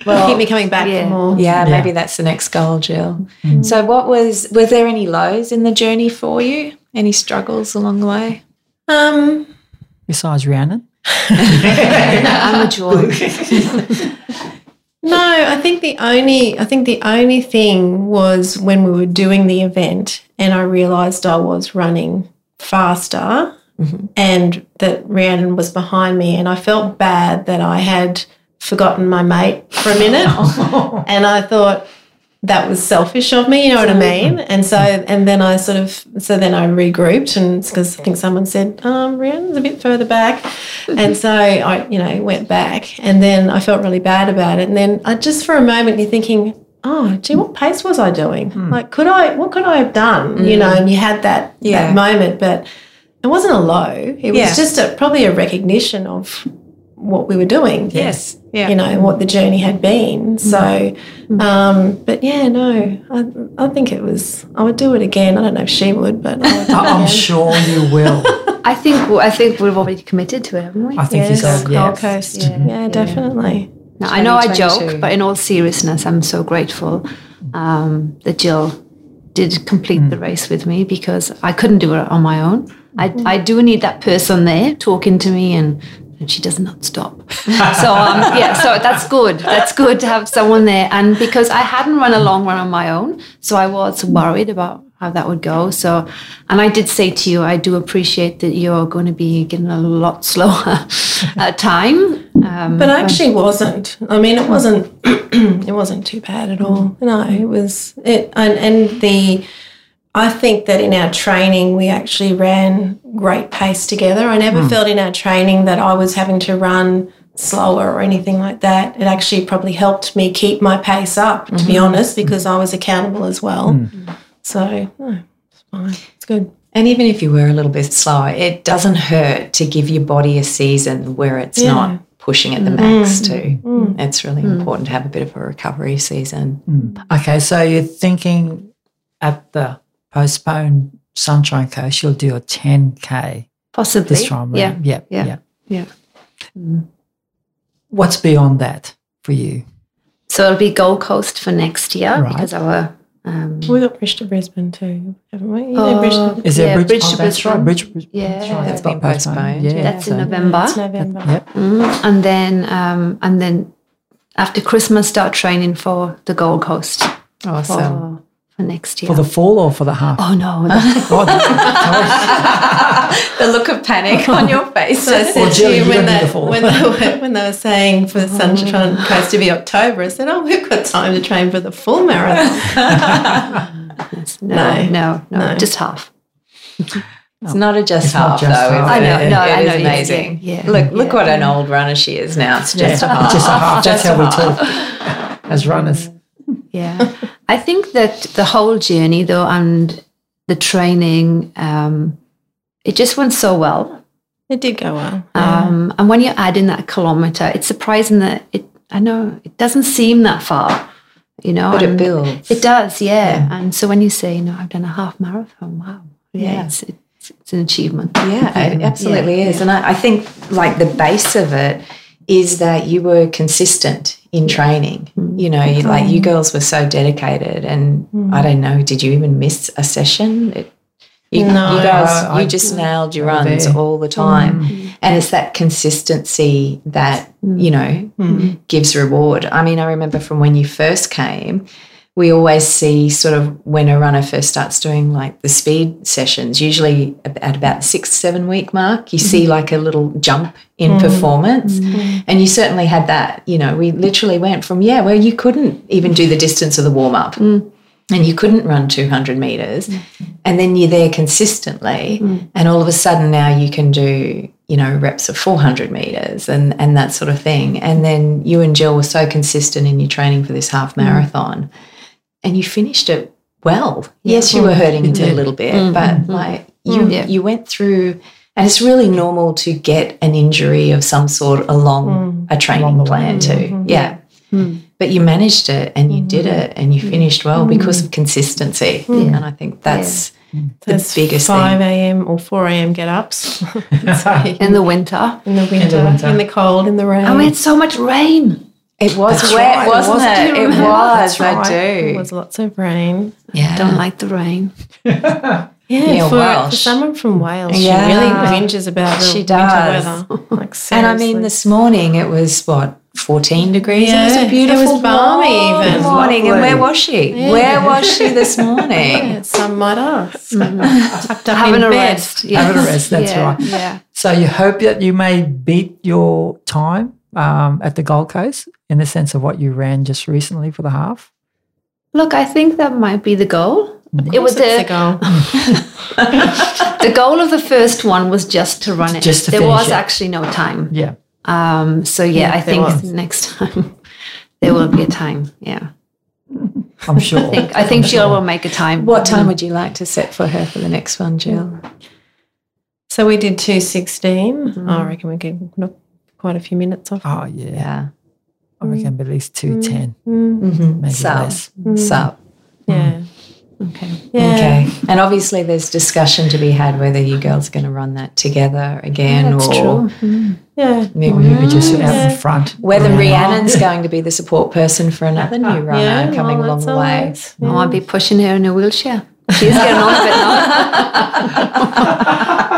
Speaker 2: Well,
Speaker 4: keep me coming back
Speaker 3: yeah.
Speaker 4: for more.
Speaker 2: yeah, Mm-hmm.
Speaker 1: Yeah.
Speaker 2: maybe that's the next goal, Jill. So, what was, were there any lows in the journey for you? Any struggles along the way?
Speaker 4: Um,
Speaker 1: Besides Rhiannon.
Speaker 3: I'm a joy.
Speaker 4: no, I think the only I think the only thing was when we were doing the event and I realized I was running faster and that Rhiannon was behind me and I felt bad that I had forgotten my mate for a minute and I thought that was selfish of me, you know what I mean? And so, and then I sort of, so then I regrouped, and because I think someone said, um, Rhiannon's a bit further back. And so I, you know, went back, and then I felt really bad about it. And then I just for a moment, you're thinking, oh, gee, what pace was I doing?
Speaker 2: Hmm.
Speaker 4: Like, could I, what could I have done? You know, and you had that,
Speaker 2: Yeah.
Speaker 4: that moment, but it wasn't a low. It was
Speaker 2: Yeah.
Speaker 4: just a, probably a recognition of what we were doing
Speaker 2: Yes. Yeah.
Speaker 4: you know what the journey had been so um but yeah no I, I think it was i would do it again i don't know if she would but I would do it
Speaker 1: I- I'm
Speaker 4: again.
Speaker 1: sure you will.
Speaker 3: I think I think we've already committed to it, haven't we?
Speaker 1: I *laughs* think you
Speaker 4: Yes,
Speaker 1: said
Speaker 4: Gold
Speaker 1: yes.
Speaker 4: Coast. Yeah, definitely.
Speaker 3: No, I know I
Speaker 2: 2022.
Speaker 3: joke, but in all seriousness, I'm so grateful um, that Jill did complete the race with me because I couldn't do it on my own. I, I do need that person there talking to me and. And she does not stop. *laughs* so um, yeah, so that's good. That's good to have someone there. And because I hadn't run a long run on my own, so I was worried about how that would go. So, and I did say to you, I do appreciate that you're going to be getting a lot *laughs* slower uh, time. Um,
Speaker 4: But I actually wasn't. I mean, it wasn't. *clears throat* it wasn't too bad at all. No, it was. It and, and the. I think that in our training we actually ran great pace together. I never felt in our training that I was having to run slower or anything like that. It actually probably helped me keep my pace up, to be honest, because I was accountable as well. So no, it's fine. It's good.
Speaker 2: And even if you were a little bit slower, it doesn't hurt to give your body a season where it's
Speaker 4: Yeah. Mm.
Speaker 2: not pushing at the max, too. It's really important to have a bit of a recovery season.
Speaker 1: Mm. Okay, so you're thinking at the postponed Sunshine Coast, you'll do a 10K
Speaker 3: Possibly.
Speaker 1: this time
Speaker 3: yeah.
Speaker 1: around. Yep,
Speaker 3: yeah, yeah.
Speaker 1: Mm. What's beyond that for you?
Speaker 3: So it'll be Gold Coast for next year
Speaker 1: Right.
Speaker 3: because our um,
Speaker 4: We got Bridge to Brisbane too, haven't we? You
Speaker 3: Oh,
Speaker 4: know, Bridge to
Speaker 1: Is there
Speaker 3: Yeah,
Speaker 1: a bridge? Oh,
Speaker 3: Bridge to
Speaker 1: that's right,
Speaker 3: Brisbane.
Speaker 1: Bridge, Bridge- Oh, that's
Speaker 3: Yeah.
Speaker 1: right,
Speaker 2: That's
Speaker 1: got
Speaker 2: been postponed, yeah.
Speaker 3: that's in
Speaker 1: so-
Speaker 3: November,
Speaker 4: It's November.
Speaker 1: Yep.
Speaker 3: Mm, and then um, and then after Christmas start training for the Gold Coast for,
Speaker 2: Awesome.
Speaker 3: for next year.
Speaker 1: For the fall or for the half? *laughs*
Speaker 3: *laughs* oh no, the-
Speaker 1: God,
Speaker 2: the look of panic on your face.
Speaker 4: So I
Speaker 1: Or
Speaker 4: said
Speaker 1: Jill,
Speaker 4: to
Speaker 1: you
Speaker 4: you
Speaker 1: don't
Speaker 4: when,
Speaker 1: need
Speaker 4: that,
Speaker 1: to fall.
Speaker 4: when, they were, *laughs* when they were saying for the Sunshine Coast to be October, I said, oh, we've got time to train for the full marathon.
Speaker 3: no,
Speaker 4: No.
Speaker 3: no, no,
Speaker 4: No.
Speaker 1: *laughs*
Speaker 3: just half.
Speaker 2: It's not a just
Speaker 1: It's
Speaker 2: half,
Speaker 1: not just half.
Speaker 2: though. is
Speaker 1: I
Speaker 2: it?
Speaker 3: know, no,
Speaker 2: It
Speaker 3: I
Speaker 2: is
Speaker 3: know, yeah,
Speaker 2: amazing.
Speaker 3: yeah, yeah.
Speaker 2: look, look what an old runner she is now. It's *laughs* just a half.
Speaker 1: just a half. That's how
Speaker 2: Just a
Speaker 1: we
Speaker 2: half.
Speaker 1: talk as runners.
Speaker 3: *laughs* Yeah, I think that the whole journey though and the training, um, it just went so well.
Speaker 4: It did go well.
Speaker 3: Um, and when you add in that kilometer, it's surprising that it, I know it doesn't seem that far, you know.
Speaker 2: But it
Speaker 3: and
Speaker 2: builds.
Speaker 3: It does, yeah.
Speaker 1: Yeah.
Speaker 3: And so when you say, no, I've done a half marathon, wow. Yeah.
Speaker 2: Yeah.
Speaker 3: It's, it's, it's an achievement.
Speaker 2: Yeah, it absolutely is. And I, I think like the base of it is that you were consistent in training. You know, you, like you girls were so dedicated and
Speaker 3: Hmm.
Speaker 2: I don't know, did you even miss a session? It, you,
Speaker 4: No,
Speaker 2: you guys,
Speaker 1: I-
Speaker 2: you just nailed your
Speaker 1: Over
Speaker 2: runs
Speaker 1: there.
Speaker 2: all the time. And it's that consistency that, you know, gives reward. I mean, I remember from when you first came, we always see sort of when a runner first starts doing like the speed sessions, usually ab- at about six, seven week mark, you see like a little jump in performance. And you certainly had that. You know, we literally went from, yeah, well, you couldn't even do the distance of the warm up. And you couldn't run 200 meters, and then you're there consistently, and all of a sudden now you can do, you know, reps of 400 meters and, and that sort of thing. And then you and Jill were so consistent in your training for this half marathon, and you finished it well. Yes, you were hurting it a little bit, but like you
Speaker 3: Yeah.
Speaker 2: you went through, and it's really normal to get an injury of some sort along a training
Speaker 1: Along the way.
Speaker 2: plan too. Yeah. But you managed it and you did it and you finished well because of consistency. And I think that's
Speaker 4: That's
Speaker 2: the biggest
Speaker 4: five
Speaker 2: thing.
Speaker 4: a.m. or four a.m. get ups
Speaker 3: In the winter.
Speaker 4: in the winter, in the,
Speaker 1: winter.
Speaker 4: cold, in the rain.
Speaker 2: Oh,
Speaker 1: Oh,
Speaker 3: And we had so much rain.
Speaker 2: It was
Speaker 1: That's
Speaker 2: wet,
Speaker 1: right, it
Speaker 2: wasn't
Speaker 1: was-
Speaker 2: it?
Speaker 3: do you
Speaker 2: It
Speaker 3: remember?
Speaker 2: was.
Speaker 4: That's right.
Speaker 2: I
Speaker 4: There
Speaker 2: do.
Speaker 4: was lots of rain.
Speaker 2: Yeah.
Speaker 3: Don't like the
Speaker 1: *laughs*
Speaker 3: rain.
Speaker 4: Yeah,
Speaker 2: Yeah,
Speaker 4: for, for
Speaker 2: Welsh.
Speaker 4: someone from Wales,
Speaker 2: Yeah.
Speaker 4: she really whinges about the
Speaker 2: She
Speaker 4: winter
Speaker 2: does.
Speaker 4: weather. Like
Speaker 2: and I mean, this morning it was what? 14 degrees. it was
Speaker 4: Yeah,
Speaker 2: a
Speaker 4: it
Speaker 2: beautiful
Speaker 4: was balmy
Speaker 2: warm
Speaker 4: even. It was
Speaker 2: morning. And
Speaker 1: lovely.
Speaker 2: where was she? Where was she this morning?
Speaker 4: Yeah, some might ask.
Speaker 2: Mm.
Speaker 4: Tucked
Speaker 3: *laughs*
Speaker 4: up
Speaker 3: Having
Speaker 4: in
Speaker 3: a
Speaker 4: bed.
Speaker 3: rest.
Speaker 1: Having a rest, that's
Speaker 3: yeah.
Speaker 1: right.
Speaker 3: Yeah.
Speaker 1: *laughs* So you hope that you may beat your time um, at the Gold Coast in the sense of what you ran just recently for the half.
Speaker 3: Look, I think that might be the goal.
Speaker 1: Mm-hmm.
Speaker 3: It was
Speaker 4: It's a
Speaker 3: the,
Speaker 4: goal.
Speaker 3: the goal of the first one was just to run it.
Speaker 1: Just to
Speaker 3: there
Speaker 1: finish
Speaker 3: was
Speaker 1: it.
Speaker 3: actually no time.
Speaker 1: Yeah.
Speaker 3: Um, so yeah, I think
Speaker 4: there was.
Speaker 3: *laughs* next time there will be a time. Yeah,
Speaker 1: I'm sure.
Speaker 3: I think I think Jill will make a time.
Speaker 2: What time would you like to set for her for the next one, Jill?
Speaker 4: So we did 216. I reckon we could knock quite a few minutes off.
Speaker 1: Oh, yeah.
Speaker 2: Yeah.
Speaker 1: I reckon at least 210,
Speaker 2: Mm-hmm.
Speaker 1: maybe
Speaker 2: So-
Speaker 1: less.
Speaker 2: Sup.
Speaker 4: Yeah.
Speaker 3: Okay.
Speaker 4: yeah.
Speaker 2: Okay. And obviously, there's discussion to be had whether you girls are going to run that together again
Speaker 3: That's
Speaker 2: or
Speaker 3: true.
Speaker 4: Yeah.
Speaker 1: Maybe we just out
Speaker 4: Yeah.
Speaker 1: in front.
Speaker 2: whether
Speaker 1: Mm. Yeah.
Speaker 2: Rhiannon's going to be the support person for another new runner
Speaker 4: Yeah,
Speaker 2: coming
Speaker 4: well,
Speaker 2: along
Speaker 4: that's
Speaker 2: the way.
Speaker 4: always-
Speaker 3: I might be pushing her in a wheelchair. She's getting on a bit now.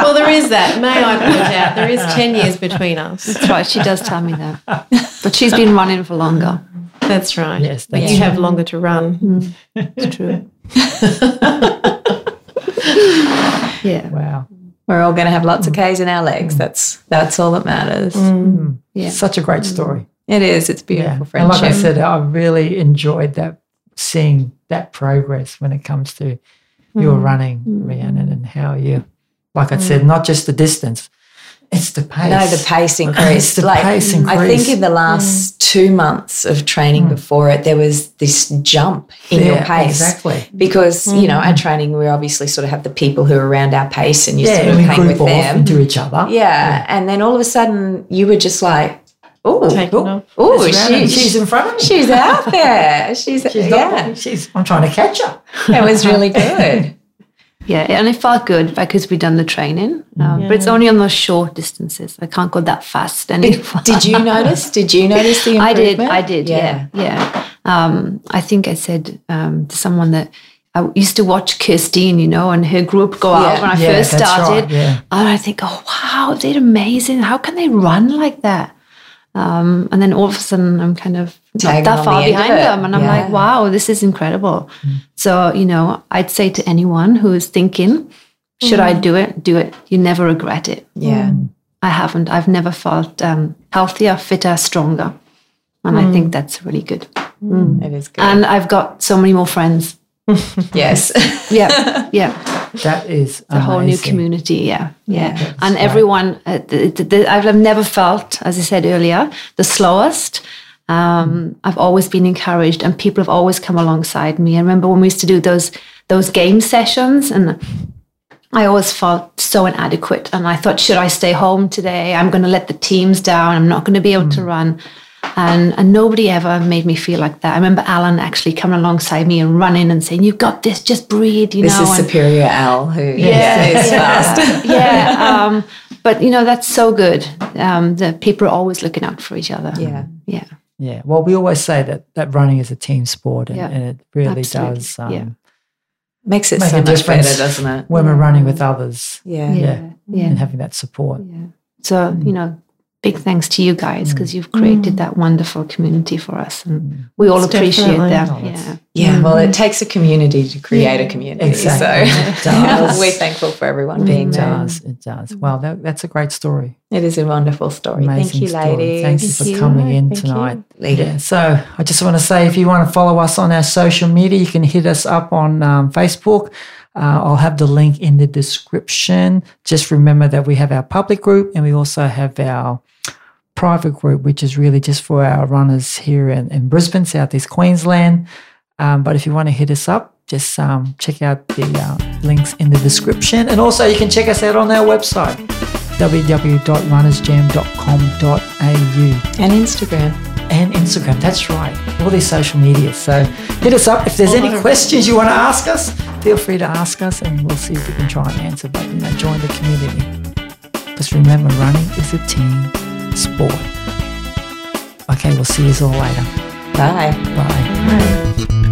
Speaker 4: Well, there is that. May I point out, there is 10 years between us.
Speaker 3: That's right. She does tell me that, but she's been running for longer.
Speaker 4: That's right.
Speaker 1: Yes,
Speaker 4: But
Speaker 1: that's
Speaker 4: you have longer to run.
Speaker 3: It's true. yeah.
Speaker 1: Wow.
Speaker 2: We're all going to have lots of
Speaker 1: Mm.
Speaker 2: K's in our legs. That's that's all that matters.
Speaker 4: Mm.
Speaker 3: Yeah.
Speaker 1: Such a great story.
Speaker 2: It is. It's
Speaker 1: Yeah.
Speaker 2: beautiful
Speaker 1: And
Speaker 2: friendship.
Speaker 1: like I said, I really enjoyed that seeing that progress when it comes to
Speaker 2: Mm.
Speaker 1: your running, Rhiannon, and how you, like I said, not just the distance, it's the pace.
Speaker 2: No, Mm. the pace increased.
Speaker 1: the pace Mm.
Speaker 2: I think
Speaker 1: increased.
Speaker 2: in the last two months of training before it, there was this jump in your
Speaker 1: Yeah,
Speaker 2: pace.
Speaker 1: Exactly. Mm.
Speaker 2: Because, you know, at training, we obviously sort of have the people who are around our pace and you
Speaker 1: Yeah,
Speaker 2: sort
Speaker 1: and
Speaker 2: of
Speaker 1: we
Speaker 2: hang with
Speaker 1: group off
Speaker 2: them.
Speaker 1: into each other.
Speaker 2: Yeah. And then all of a sudden you were just like, oh,
Speaker 4: Taken off.
Speaker 2: oh,
Speaker 1: It's random.
Speaker 2: she,
Speaker 1: she's
Speaker 2: she's,
Speaker 1: in front of me.
Speaker 2: she's out there. She's,
Speaker 1: *laughs* She's not
Speaker 2: yeah,
Speaker 1: she's, I'm trying to catch her.
Speaker 2: it was
Speaker 1: *laughs*
Speaker 2: really good.
Speaker 3: Yeah, and it felt good because we'd done the training, um, but it's only on those short distances. I can't go that fast any
Speaker 2: Did you notice? Did you notice the
Speaker 3: *laughs* I
Speaker 2: improvement?
Speaker 3: did. I did. Yeah. Yeah. Um, I think I said um, to someone that I used to watch Kirstine, you know, and her group go out
Speaker 2: Yeah.
Speaker 3: when I
Speaker 1: Yeah,
Speaker 3: first
Speaker 1: that's right,
Speaker 3: started.
Speaker 1: yeah.
Speaker 3: And I think, oh, wow, they're amazing. How can they run like that? Um, and then all of a sudden, I'm kind of
Speaker 2: Tagging
Speaker 3: not
Speaker 2: on
Speaker 3: that far
Speaker 2: the end of
Speaker 3: behind
Speaker 2: it.
Speaker 3: them. And I'm
Speaker 2: Yeah. Mm.
Speaker 3: like, wow, this is incredible. So, you know, I'd say to anyone who is thinking, should
Speaker 2: Mm.
Speaker 3: I do it? Do it. You never regret it.
Speaker 2: Yeah.
Speaker 3: I haven't. I've never felt um, healthier, fitter, stronger. And I think that's really good.
Speaker 2: It Mm, is good.
Speaker 3: And I've got so many more friends.
Speaker 2: yes.
Speaker 3: Yeah. Yeah.
Speaker 1: That is
Speaker 3: The whole new
Speaker 1: amazing.
Speaker 3: community. Yeah. Yeah.
Speaker 1: that's
Speaker 3: and
Speaker 1: right.
Speaker 3: everyone, uh, the, the, the, I've I've never felt, as I said earlier, the slowest. Um, I've always been encouraged and people have always come alongside me. I remember when we used to do those those game sessions and I always felt so inadequate. And I thought, should I stay home today? I'm going to let the teams down. I'm not going to be able to run. And, and nobody ever made me feel like that. I remember Alan actually coming alongside me and running and saying, You've got this, just breathe, you
Speaker 2: This
Speaker 3: know.
Speaker 2: is
Speaker 3: and-
Speaker 2: Superior Al, who
Speaker 3: yeah,
Speaker 2: is fast.
Speaker 3: yeah,
Speaker 2: *laughs*
Speaker 3: yeah. Um, but you know that's so good. Um, the people are always looking out for each other.
Speaker 2: Yeah.
Speaker 3: yeah,
Speaker 1: Yeah. Well, we always say that that running is a team sport, and,
Speaker 3: Yeah.
Speaker 1: and it really
Speaker 3: Absolutely.
Speaker 1: does. Um,
Speaker 3: Yeah.
Speaker 2: Makes it
Speaker 1: Make
Speaker 2: so
Speaker 1: a
Speaker 2: much
Speaker 1: difference.
Speaker 2: better, doesn't it?
Speaker 1: When we're running with others
Speaker 2: Yeah. Mm.
Speaker 1: Yeah.
Speaker 3: yeah.
Speaker 1: and having that support.
Speaker 3: Yeah. So, you know, big thanks to you guys because you've created that wonderful community for us
Speaker 1: Mm.
Speaker 3: and we all
Speaker 4: It's
Speaker 3: appreciate
Speaker 4: definitely-
Speaker 3: that.
Speaker 1: Oh, that's-
Speaker 3: yeah.
Speaker 2: Yeah, well, it takes a community to create a community.
Speaker 1: Exactly.
Speaker 2: *laughs*
Speaker 1: It
Speaker 2: So
Speaker 1: does. Mm.
Speaker 2: we're thankful for everyone being
Speaker 1: It
Speaker 2: there.
Speaker 1: does. It does. Wow, that, that's a great story.
Speaker 2: It is a wonderful story. Thank
Speaker 1: Amazing
Speaker 2: you,
Speaker 1: story.
Speaker 2: ladies.
Speaker 1: Thank you for coming in
Speaker 4: Thank you.
Speaker 1: tonight.
Speaker 2: Ladies.
Speaker 1: Yeah, so I just want to say if you want to follow us on our social media, you can hit us up on um, Facebook. Uh, I'll have the link in the description. Just remember that we have our public group and we also have our private group, which is really just for our runners here in, in Brisbane, Southeast Queensland. Um, but if you want to hit us up, just um, check out the uh, links in the description. And also, you can check us out on our website www.runnersjam.com.au
Speaker 2: And Instagram.
Speaker 1: and Instagram. That's right. All these social media. So hit us up if there's any questions you want to ask us. Feel free to ask us, and we'll see if we can try and answer. But you know, join the community. Just remember, running is a team sport. Okay, we'll see you all later.
Speaker 2: Bye.
Speaker 1: Bye.